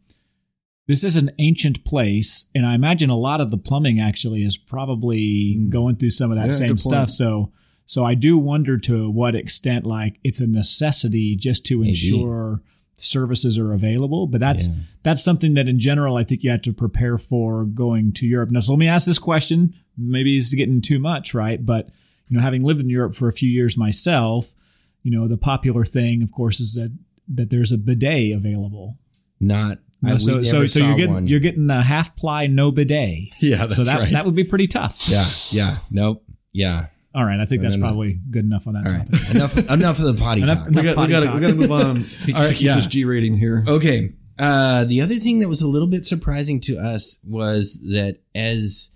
A: this is an ancient place, and I imagine a lot of the plumbing actually is probably going through some of that
C: Hmm. Yeah,
A: same
C: good
A: stuff.
C: point.
A: So, so I do wonder to what extent, like, it's a necessity just to
B: Maybe.
A: ensure services are available. But that's
B: Yeah.
A: that's something that, in general, I think you have to prepare for going to Europe. Now, so let me ask this question. Maybe it's getting too much, right? But you know, having lived in Europe for a few years myself, you know, the popular thing, of course, is that that there's a bidet available.
B: Not. I,
A: No,
B: we
A: so,
B: never
A: so, so
B: saw
A: you're getting
B: one.
A: you're getting the half ply no bidet.
B: yeah, that's
A: so that
B: right.
A: that would be pretty tough.
B: yeah, yeah. Nope. Yeah.
A: All right, I think
B: So
A: that's
B: then-
A: probably good enough on that
B: All right.
A: topic.
B: enough. Enough of the potty
A: Enough-
B: talk.
C: We got, we
A: potty
C: got, to,
A: talk.
C: we got to move on to,
B: All right,
C: to keep
B: yeah.
C: this G rating here.
B: Okay. Uh, the other thing that was a little bit surprising to us was that as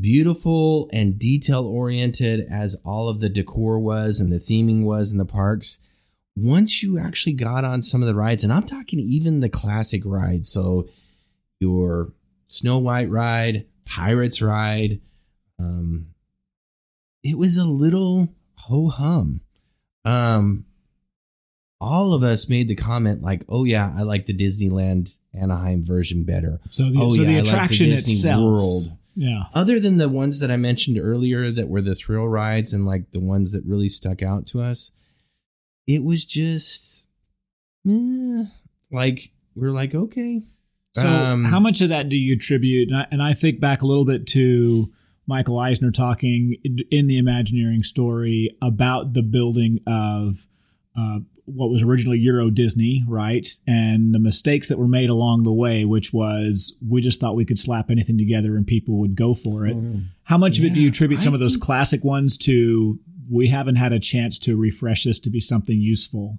B: beautiful and detail oriented as all of the decor was and the theming was in the parks, once you actually got on some of the rides, and I'm talking even the classic rides, so your Snow White ride, Pirates ride, um, it was a little ho hum. Um, all of us made the comment like, "Oh yeah, I like the Disneyland Anaheim version better."
A: So the,
B: oh
A: so
B: yeah,
A: the
B: I like
A: attraction
B: Disney
A: itself.
B: World.
A: Yeah.
B: Other than the ones that I mentioned earlier that were the thrill rides and like the ones that really stuck out to us, it was just eh, like we are like, okay,
A: So
B: Um,
A: how much of that do you attribute? And I, and I think back a little bit to Michael Eisner talking in the Imagineering story about the building of uh, what was originally Euro Disney, right? And the mistakes that were made along the way, which was we just thought we could slap anything together and people would go for it.
B: Mm-hmm.
A: How much of it do you
B: Yeah,
A: attribute some
B: I
A: of those
B: think-
A: classic ones to? We haven't had a chance to refresh this to be something useful.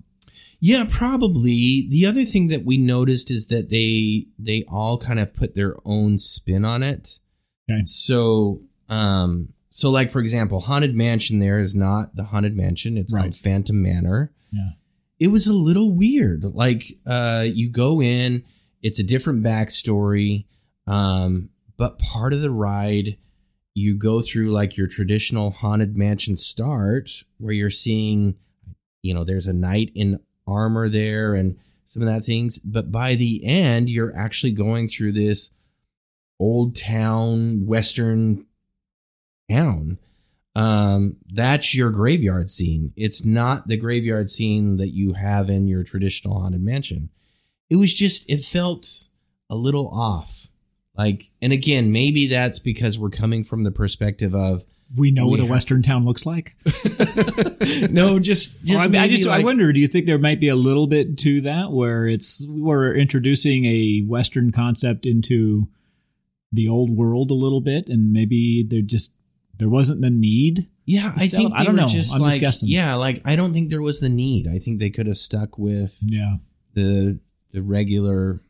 B: Yeah, probably. The other thing that we noticed is that they they all kind of put their own spin on it.
A: Okay.
B: So, um, so like for example, Haunted Mansion there is not the Haunted Mansion. It's
A: Right.
B: called Phantom Manor.
A: Yeah.
B: It was a little weird. Like, uh, you go in, it's a different backstory, um, but part of the ride you go through like your traditional haunted mansion start where you're seeing you know there's a knight in armor there and some of that things but by the end you're actually going through this old town western town um that's your graveyard scene it's not the graveyard scene that you have in your traditional haunted mansion it was just it felt a little off Like, and again, maybe that's because we're coming from the perspective of
A: We know
B: We
A: what a
B: have-
A: Western town looks like.
B: no, just
A: Well,
B: just
A: I, mean, I
B: maybe
A: just I
B: like-
A: wonder. Do you think there might be a little bit to that where it's we're introducing a Western concept into the old world a little bit, and maybe there just there wasn't the need.
B: Yeah, I
A: sell
B: think
A: it.
B: they
A: I don't
B: were
A: know.
B: Just
A: I'm just
B: like,
A: guessing.
B: Yeah, like I don't think there was the need. I think they could have stuck with
A: Yeah,
B: the the regular.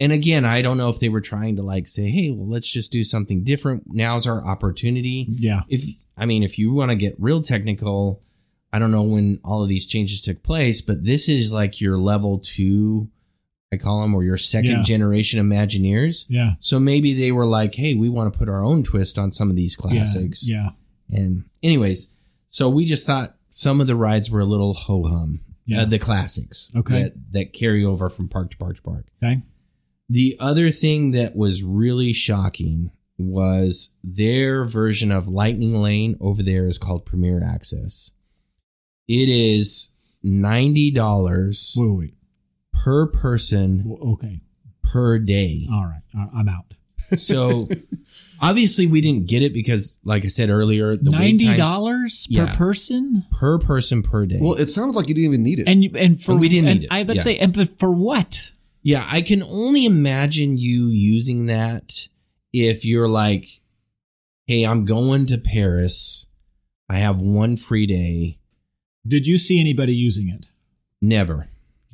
B: And again, I don't know if they were trying to like say, "Hey, well, let's just do something different. Now's our opportunity."
A: yeah,
B: If I mean, if you want to get real technical, I don't know when all of these changes took place, but this is like your level 2 I call them or your second
A: Yeah.
B: generation Imagineers.
A: yeah,
B: So maybe they were like, "Hey, we want to put our own twist on some of these classics."
A: Yeah,
B: And anyways, so we just thought some of the rides were a little ho hum.
A: Yeah.
B: the classics.
A: Okay.
B: That, that carry over from park to park to park.
A: yeah. Okay.
B: The other thing that was really shocking was their version of Lightning Lane over there is called Premier Access. It is ninety dollars
A: Wait, wait, wait.
B: per person
A: Well, Okay.
B: per day.
A: All right. All right. I'm out.
B: So obviously we didn't get it because, like I said earlier, the wait
A: Ninety
B: times-
A: dollars
B: Yeah.
A: per person,
B: per person per day.
C: Well, it sounds like you didn't even need it.
A: and you, and for
B: And we didn't
A: and
B: need it.
A: I would
B: Yeah.
A: say, and but for what?
B: Yeah, I can only imagine you using that if you're like, hey, I'm going to Paris. I have one free day.
A: Did you see anybody using it?
B: Never.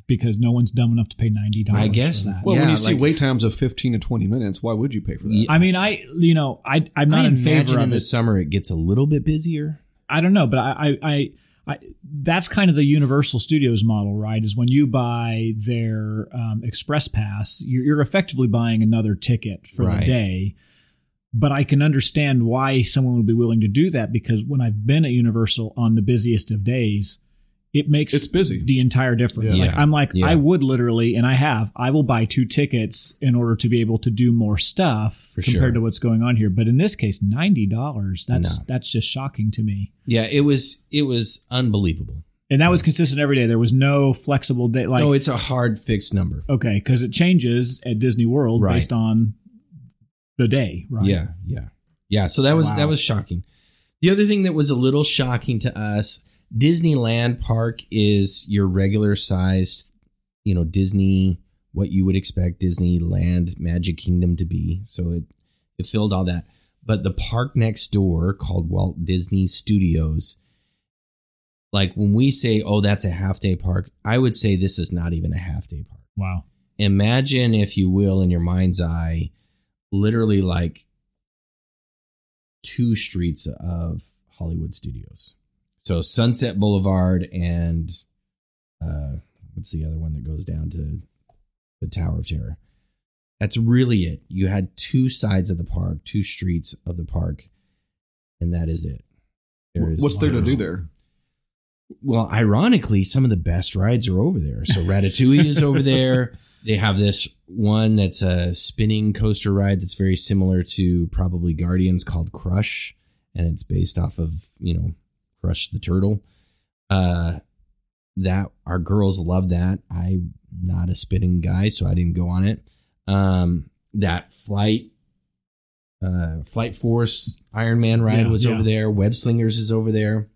A: Because no one's dumb enough to pay ninety dollars.
B: I guess
A: for that.
C: well, when
B: yeah,
C: you see
B: like-
C: wait times of fifteen to twenty minutes, why would you pay for that?
B: Yeah.
A: I mean, I you know I I'm not
B: I
A: in
B: imagine
A: favor
B: in
A: of
B: the
A: it.
B: summer it gets a little bit busier.
A: I don't know, but I, I, I, I that's kind of the Universal Studios model, right? Is when you buy their um, express pass, you're, you're effectively buying another ticket for
B: Right.
A: the day. But I can understand why someone would be willing to do that because when I've been at Universal on the busiest of days, it makes
C: It's busy.
A: the entire difference.
B: Yeah.
A: Like I'm like
B: Yeah.
A: I would literally, and I have, I will buy two tickets in order to be able to do more stuff compared
B: sure.
A: to what's going on here. But in this case, ninety dollars. That's
B: No.
A: that's just shocking to me.
B: Yeah, it was it was unbelievable.
A: And that was consistent every day. There was no flexible day. Like,
B: no, it's a hard fixed number.
A: okay, because it changes at Disney World
B: Right.
A: based on the day, right?
B: Yeah, yeah, yeah. So that was
A: Wow.
B: that was shocking. The other thing that was a little shocking to us, Disneyland Park is your regular sized, you know, Disney what you would expect Disneyland Magic Kingdom to be. So it it filled all that. But the park next door called Walt Disney Studios, like when we say, "Oh, that's a half day park," I would say this is not even a half day park
A: Wow.
B: imagine if you will in your mind's eye literally like two streets of hollywood studios so sunset boulevard and uh what's the other one that goes down to the tower of terror that's really it you had two sides of the park two streets of the park and that is it There is-
C: What's there to do there?
B: well, ironically, some of the best rides are over there. So Ratatouille is over there. They have this one that's a spinning coaster ride that's very similar to probably Guardians called Crush, and it's based off of you know Crush the turtle. Uh, that our girls love that. I'm not a spinning guy, so I didn't go on it. Um, that flight, uh, Flight Force Iron Man ride
A: Yeah,
B: was
A: yeah.
B: over there. Web Slingers is over there.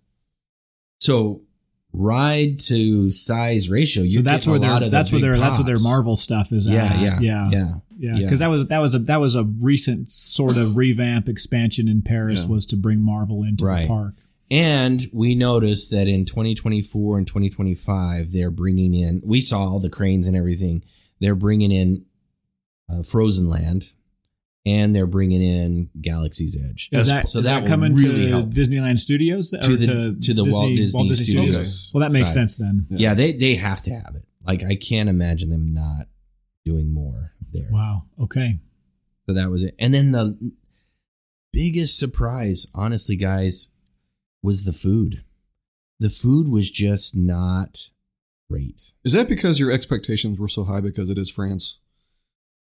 B: So ride to size ratio.
A: So
B: You're
A: that's
B: getting
A: where
B: a lot
A: their
B: of
A: that's
B: the
A: where their
B: big
A: that's where their
B: pops.
A: Marvel stuff is.
B: Yeah,
A: at.
B: yeah,
A: yeah, yeah,
B: yeah,
A: yeah.
B: yeah.
A: Because that was that was a that was a recent sort of revamp expansion in Paris
C: Yeah.
A: was to bring Marvel into
B: Right.
A: the park.
B: And we noticed that in 2024 and 2025, they're bringing in. We saw all the cranes and everything. They're bringing in uh, Frozen Land, and they're bringing in Galaxy's Edge.
A: Is
C: That's
A: that
C: cool.
A: is
B: So that
A: that
B: will
A: coming
B: really
A: to
B: help.
A: Disneyland Studios or
B: To the- to the Walt Disney Studios
A: Well, that makes
B: side.
A: sense then.
B: Yeah, they they have to have it. Like I can't imagine them not doing more there.
A: Wow. Okay.
B: So that was it. And then the biggest surprise, honestly, guys, was the food. The food was just not great.
C: Is that because your expectations were so high because it is France?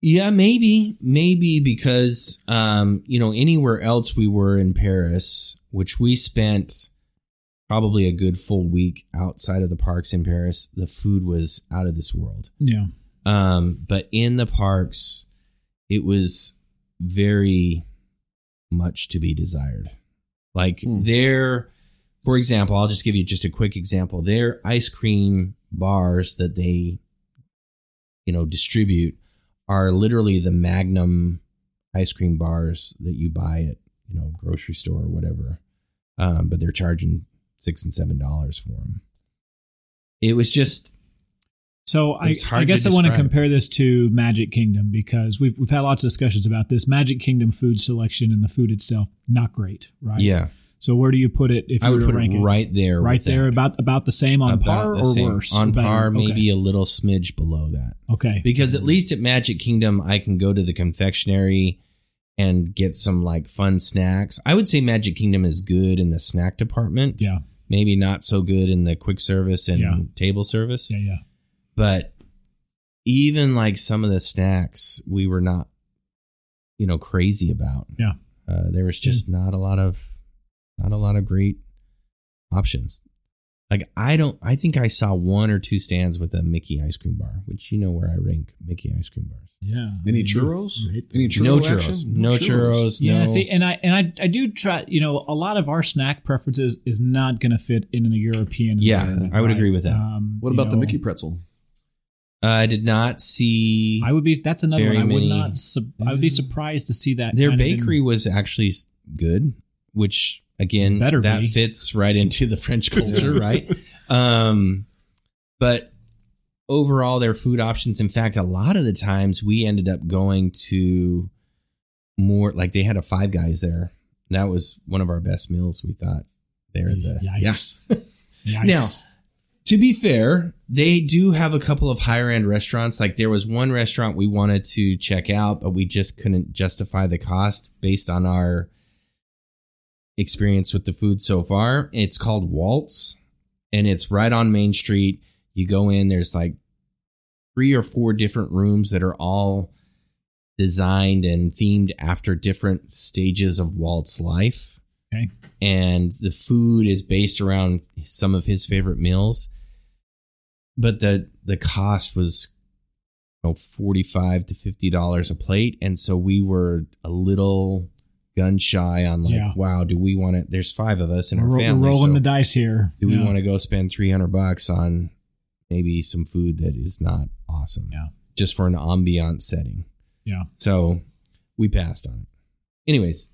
B: Yeah, maybe, maybe because um, you know anywhere else we were in Paris, which we spent probably a good full week outside of the parks in Paris, the food was out of this world.
A: Yeah.
B: Um, but in the parks, it was very much to be desired. Like
C: Hmm.
B: their, for example, I'll just give you just a quick example. Their ice cream bars that they, you know, distribute are literally the Magnum ice cream bars that you buy at you know grocery store or whatever. Um, but they're charging six and seven dollars for them. It was just
A: So I,
B: It's hard
A: I guess
B: to
A: I want to
B: describe.
A: compare this to Magic Kingdom because we've we've had lots of discussions about this. Magic Kingdom food selection and the food itself not great, right?
B: yeah.
A: So where do you put it if you
B: I
A: were
B: would
A: to
B: put
A: rank
B: it right there,
A: right
B: with that.
A: there about about the same on
B: About
A: par
B: the
A: or
B: same.
A: worse?
B: On
A: Better.
B: par,
A: Okay.
B: maybe a little smidge below that.
A: Okay.
B: Because at least at Magic Kingdom, I can go to the confectionery and get some like fun snacks. I would say Magic Kingdom is good in the snack department.
A: Yeah.
B: Maybe not so good in the quick service and
A: Yeah.
B: table service.
A: Yeah. Yeah.
B: But even like some of the snacks, we were not, you know, crazy about.
A: Yeah. Mm.
B: Uh, there was just not a lot of, not a lot of great options. Like I don't, I think I saw one or two stands with a Mickey ice cream bar, which you know where I rank Mickey ice cream bars.
A: Yeah.
C: Any churros?
A: Right.
C: Any churros?
B: no churros, no churros,
A: Yeah,
B: no.
A: see, and I and I, I do try. You know, a lot of our snack preferences is not going to fit in a European.
B: Yeah,
A: environment,
B: I would agree with that.
A: Um,
C: What
A: you
C: about the
A: know,
C: Mickey pretzel?
B: Uh, I did not see.
A: I would be. That's another
B: Very
A: one. I would
B: many-
A: not. Su- I would be surprised to see that
B: Their
A: kind of in-
B: bakery was actually s- good, which again
A: Better
B: that
A: be.
B: fits right into the French culture, right? Um, but overall, their food options. In fact, a lot of the times we ended up going to more like they had a Five Guys there. That was one of our best meals. We thought there. at The,
A: Yikes.
B: yes.
A: Yikes.
B: Now, to be fair, they do have a couple of higher end restaurants. Like there was one restaurant we wanted to check out, but we just couldn't justify the cost based on our experience with the food so far. It's called Waltz and it's right on Main Street. You go in, there's like three or four different rooms that are all designed and themed after different stages of Walt's life
A: Okay.
B: and the food is based around some of his favorite meals but the the cost was you know 45 to 50 dollars a plate and so we were a little gun shy on like
A: Yeah.
B: wow do we want to there's five of us in
A: we're,
B: our
A: ro- we're
B: family
A: rolling
B: so
A: the dice here.
B: do we
A: Yeah.
B: want to go spend 300 bucks on maybe some food that is not awesome
A: Yeah.
B: just for an ambiance setting
A: Yeah.
B: so we passed on it anyways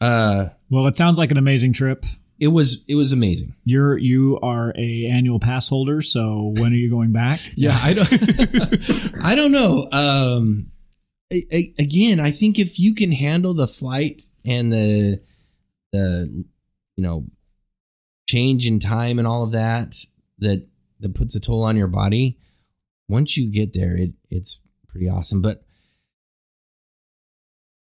B: uh
A: Well, it sounds like an amazing trip.
B: it was it was amazing
A: You're you are a annual pass holder. So when are you going back?
B: Yeah, I don't. I don't know. Um, a- a- again, I think if you can handle the flight and the the you know change in time and all of that, that that puts a toll on your body. Once you get there, it it's pretty awesome. But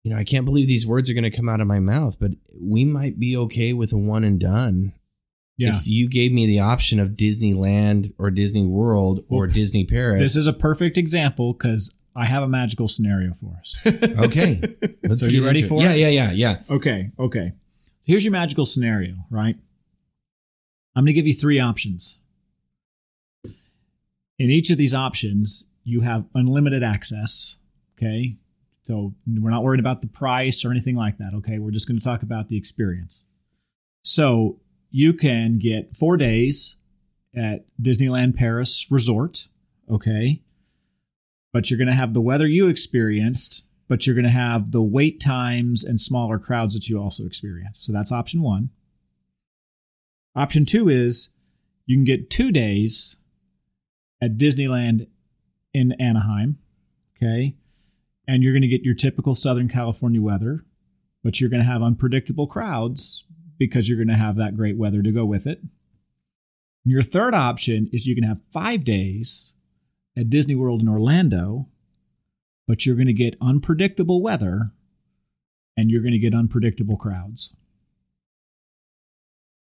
B: you know, I can't believe these words are going to come out of my mouth. But we might be okay with a one and done
A: Yeah.
B: if you gave me the option of Disneyland or Disney World or
A: Well,
B: Disney Paris,
A: This is a perfect example because I have a magical scenario for us.
B: okay. Let's
A: So you
B: get
A: ready
B: into
A: for
B: Yeah,
A: it?
B: yeah, yeah, yeah.
A: okay, okay. So here's your magical scenario, right? I'm going to give you three options. In each of these options, you have unlimited access, okay? So we're not worried about the price or anything like that, okay? We're just going to talk about the experience. So you can get four days at Disneyland Paris Resort, okay? but you're going to have the weather you experienced, but you're going to have the wait times and smaller crowds that you also experienced. So that's option one. Option two is you can get two days at Disneyland in Anaheim. Okay. And you're going to get your typical Southern California weather, but you're going to have unpredictable crowds because you're going to have that great weather to go with it. Your third option is you can have five days at Disney World in Orlando, but you're going to get unpredictable weather and you're going to get unpredictable crowds.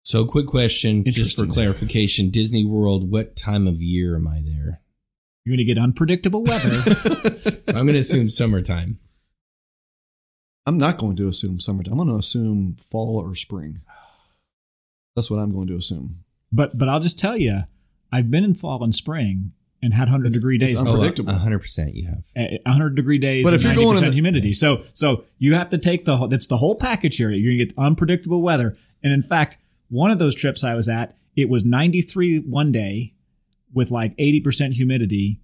B: So, quick question, just for
C: Interesting.
B: clarification: Disney World, what time of year am I there?
A: You're going to get unpredictable weather.
B: I'm going to assume summertime.
C: I'm not going to assume summertime. I'm going to assume fall or spring. That's what I'm going to assume.
A: but but I'll just tell you, I've been in fall and spring and had hundred
C: It's-
A: degree
C: it's
A: days.
C: un-
B: Oh,
C: Unpredictable.
B: 100% you have.
A: hundred degree days, but if you're going
C: in the-
A: humidity, so so you have to take the whole, that's the whole package here. You're gonna get unpredictable weather, and in fact, one of those trips I was at, it was ninety three one day with like eighty percent humidity,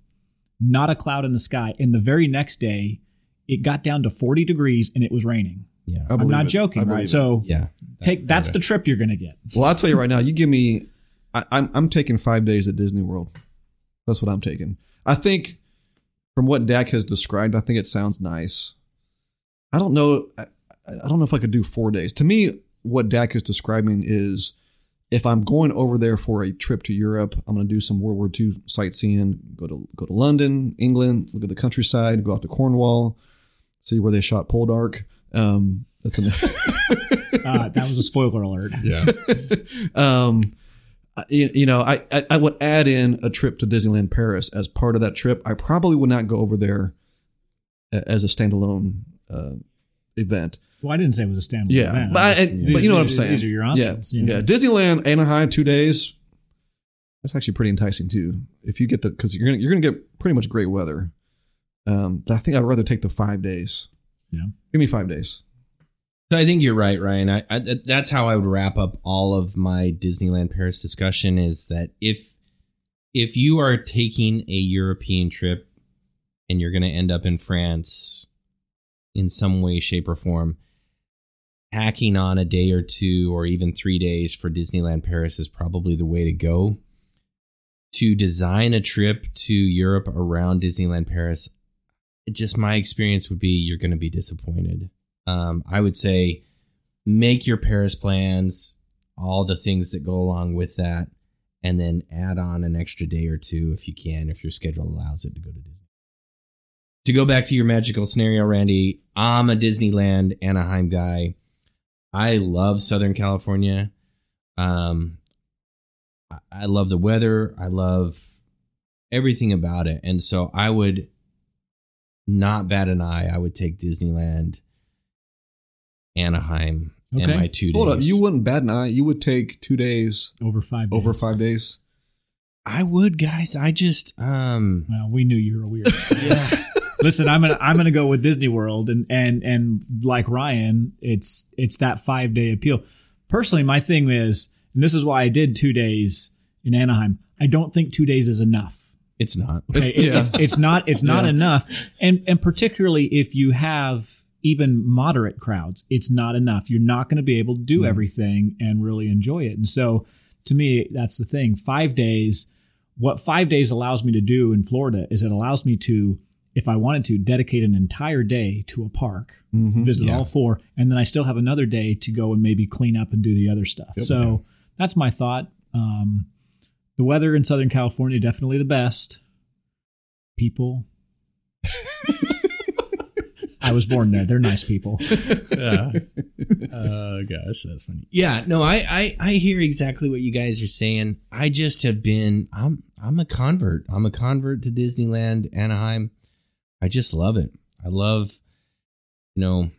A: not a cloud in the sky, and the very next day, it got down to forty degrees and it was raining.
B: Yeah.
C: I
A: I'm
C: believe
A: not
C: it. I
A: joking,
C: believe
A: right?
C: it.
A: So
B: Yeah.
A: take that's the trip you're gonna get.
C: well, I'll tell you right now. You give me, I, I'm I'm taking five days at Disney World. That's what I'm taking. I think from what Dak has described, I think it sounds nice. I don't know. I, I don't know if I could do four days. To me, what Dak is describing is if I'm going over there for a trip to Europe, I'm going to do some World War II sightseeing. Go to go to London, England, look at the countryside, go out to Cornwall, see where they shot Poldark. Um, that's an
A: Uh, that was a spoiler alert.
B: Yeah.
C: um, I- you, you know, I, I I would add in a trip to Disneyland Paris as part of that trip. I probably would not go over there a- as a standalone uh, event.
A: Well, I didn't say it was a standalone.
C: Yeah,
A: event.
C: but, I,
A: These-
C: but you know what I'm
A: these-
C: saying.
A: These are your options.
C: Yeah,
A: you know.
C: yeah. Disneyland Anaheim two days. That's actually pretty enticing too. If you get the because you're gonna you're gonna get pretty much great weather. Um, but I think I'd rather take the five days.
A: Yeah.
C: give me five days.
B: So I think you're right, Ryan. I, I th- that's how I would wrap up all of my Disneyland Paris discussion is that if if you are taking a European trip and you're going to end up in France in some way shape or form, hacking on a day or two or even 3 days for Disneyland Paris is probably the way to go. To design a trip to Europe around Disneyland Paris, just my experience would be you're going to be disappointed um, I would say make your Paris plans, all the things that go along with that, and then add on an extra day or two if you can, if your schedule allows it to go to Disney. To go back to your magical scenario, Randy, I'm a Disneyland Anaheim guy. I love Southern California. Um, I- I love the weather. I love everything about it. And so I would not bat an eye. I would take Disneyland, Anaheim, and
A: Okay.
B: my two days.
C: Hold up, you wouldn't bat an eye. You would take two days
A: Over five.
C: over
A: days.
C: five days.
B: I would, guys. I just um
A: Well, we knew you were weird. Listen, I'm gonna I'm gonna go with Disney World and and and like Ryan, it's it's that five day appeal. Personally, my thing is, and this is why I did two days in Anaheim. I don't think two days is enough.
B: it's not.
A: Okay,
C: It's-
A: it-
C: yeah.
A: it's, it's not it's not
C: Yeah.
A: enough, and and particularly if you have even moderate crowds, it's not enough. You're not going to be able to
C: Mm.
A: do everything and really enjoy it. And so, to me, that's the thing. Five days, what five days allows me to do in Florida is it allows me to, if I wanted to, dedicate an entire day to a park,
C: Mhm.
A: visit
B: Yeah.
A: all four, and then I still have another day to go and maybe clean up and do the other stuff. So that's my thought. Um, the weather in Southern California definitely the best. People. I was born there. They're nice people.
B: yeah. Oh gosh, that's funny. Yeah, no, I, I I hear exactly what you guys are saying. I just have been I'm I'm a convert. I'm a convert to Disneyland Anaheim. I just love it. I love you know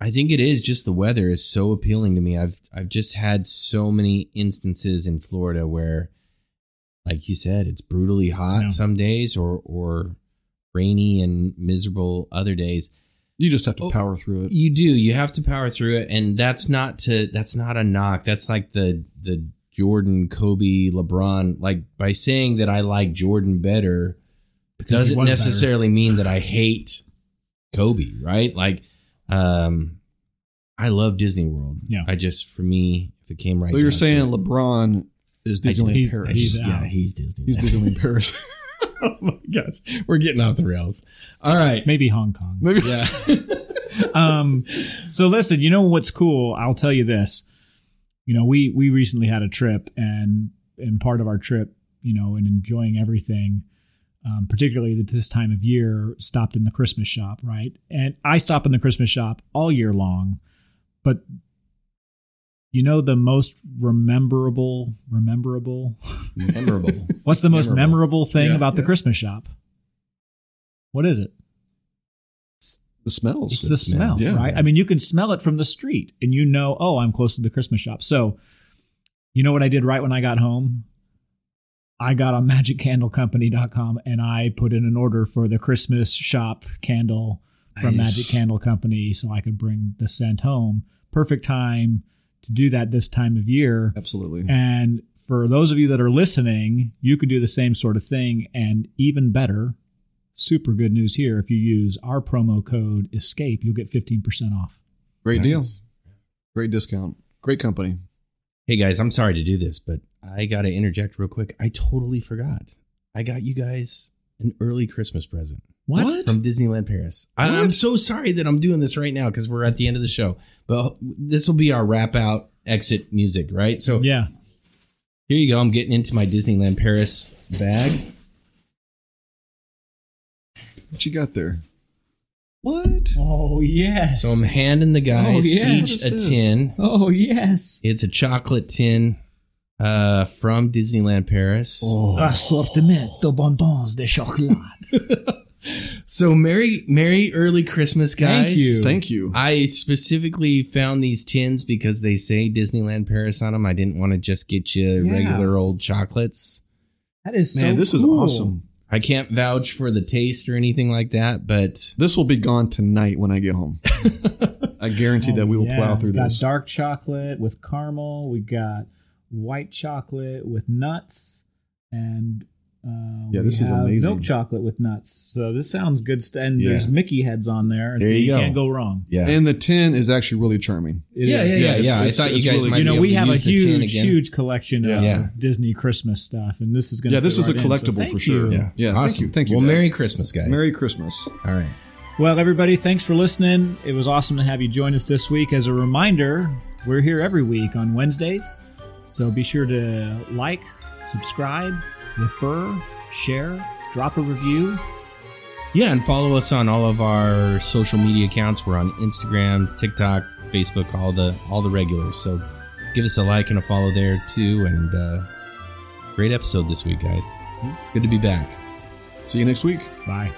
B: I think it is just the weather is so appealing to me. I've I've just had so many instances in Florida where like you said, it's brutally hot
A: Yeah.
B: some days or or rainy and miserable other days.
C: You just have to
B: Oh,
C: power through it.
B: You do. You have to power through it, and that's not to. That's not a knock. That's like the the Jordan, Kobe, LeBron. Like by saying that I like Jordan better
A: Because he
B: doesn't
A: was better.
B: necessarily mean that I hate Kobe, right? Like, um, I love Disney World.
A: Yeah.
B: I just for me, if it came right.
C: But you're
B: down
C: saying
B: to it,
C: LeBron is
B: I
C: Disneyland
A: He's-
C: Paris.
A: he's
B: yeah,
A: out.
B: he's Disney.
C: He's Disneyland Paris.
B: oh my gosh, we're getting off the rails. All right.
A: Maybe Hong Kong.
C: Maybe
B: Yeah.
A: um, so listen, you know what's cool? I'll tell you this. You know, we we recently had a trip, and and part of our trip, you know, and enjoying everything, um, particularly at this time of year, stopped in the Christmas shop, right? And I stop in the Christmas shop all year long, but you know the most rememberable, rememberable.
B: Memorable.
A: What's the most
B: Memorable.
A: memorable, thing
B: Yeah,
A: about the
B: yeah.
A: Christmas shop? What is it?
C: the smells.
A: It's the smell,
C: Yeah.
A: right? I mean, you can smell it from the street and you know, oh, I'm close to the Christmas shop. So, you know what I did right when I got home? I got on magiccandlecompany.com and I put in an order for the Christmas shop candle from
C: Nice.
A: Magic Candle Company so I could bring the scent home. Perfect time to do that this time of year.
C: Absolutely.
A: And for those of you that are listening, you can do the same sort of thing. And even better, super good news here if you use our promo code ESCAPE, you'll get 15% off.
C: Great deal.
B: Nice.
C: Great discount. Great company.
B: Hey guys, I'm sorry to do this, but I got to interject real quick. I totally forgot. I got you guys an early Christmas present
A: What?
B: from Disneyland Paris. I, I'm
C: What?
B: so sorry that I'm doing this right now because we're at the end of the show, but this will be our wrap out exit music, right? So
A: Yeah.
B: here you go. I'm getting into my Disneyland Paris bag.
C: What you got there? What?
A: Oh, yes.
B: So I'm handing the guys
A: Oh, yes.
B: each
C: What
B: a
C: is this?
B: tin.
A: oh, yes.
B: It's a chocolate tin uh, from Disneyland Paris.
A: Oh. Assortiment de bonbons de chocolat.
B: So merry, merry early Christmas, guys!
A: Thank you.
C: Thank you.
B: I specifically found these tins because they say Disneyland Paris on them. I didn't want to just get you
A: Yeah.
B: regular old chocolates.
A: That is so
C: Man, this is
A: cool.
C: awesome.
B: I can't vouch for the taste or anything like that, but
C: This will be gone tonight when I get home. I guarantee that we will
A: Oh, Yeah,
C: plow through
A: we got
C: this.
A: dark chocolate with caramel. We got white chocolate with nuts, and uh,
C: Yeah,
A: we
C: this is
A: have
C: amazing.
A: Milk chocolate with nuts. So this sounds good. St- and
B: Yeah.
A: there's Mickey heads on there, and
B: There
A: so
B: you
A: you,
B: go.
A: can't go wrong.
B: yeah,
C: And the tin is actually really charming.
A: It
B: yeah, yeah,
A: is-
B: yeah,
C: it's-
B: yeah. I
C: it's-
B: thought you
C: it's
B: guys
C: really
B: might
C: good.
A: You
B: be
A: know,
B: able
A: we
B: to
A: have a
B: use the tin
A: huge,
B: again.
A: huge collection of
B: Yeah.
A: Disney Christmas stuff, and this is going to
C: Yeah, this is a
A: so
C: collectible
A: thank
C: for sure.
A: you.
B: yeah,
C: Yeah, thank
B: awesome.
C: you, thank you,
B: Well,
C: guys.
B: Merry Christmas, guys.
C: Merry Christmas.
B: All right.
A: Well, everybody, thanks for listening. It was awesome to have you join us this week. As a reminder, we're here every week on Wednesdays. So be sure to like, subscribe, refer, share, drop a review.
B: Yeah, and follow us on all of our social media accounts. We're on Instagram, TikTok, Facebook, all the all the regulars. So give us a like and a follow there too. And uh, great episode this week, guys. Good to be back.
C: See you next week.
A: Bye.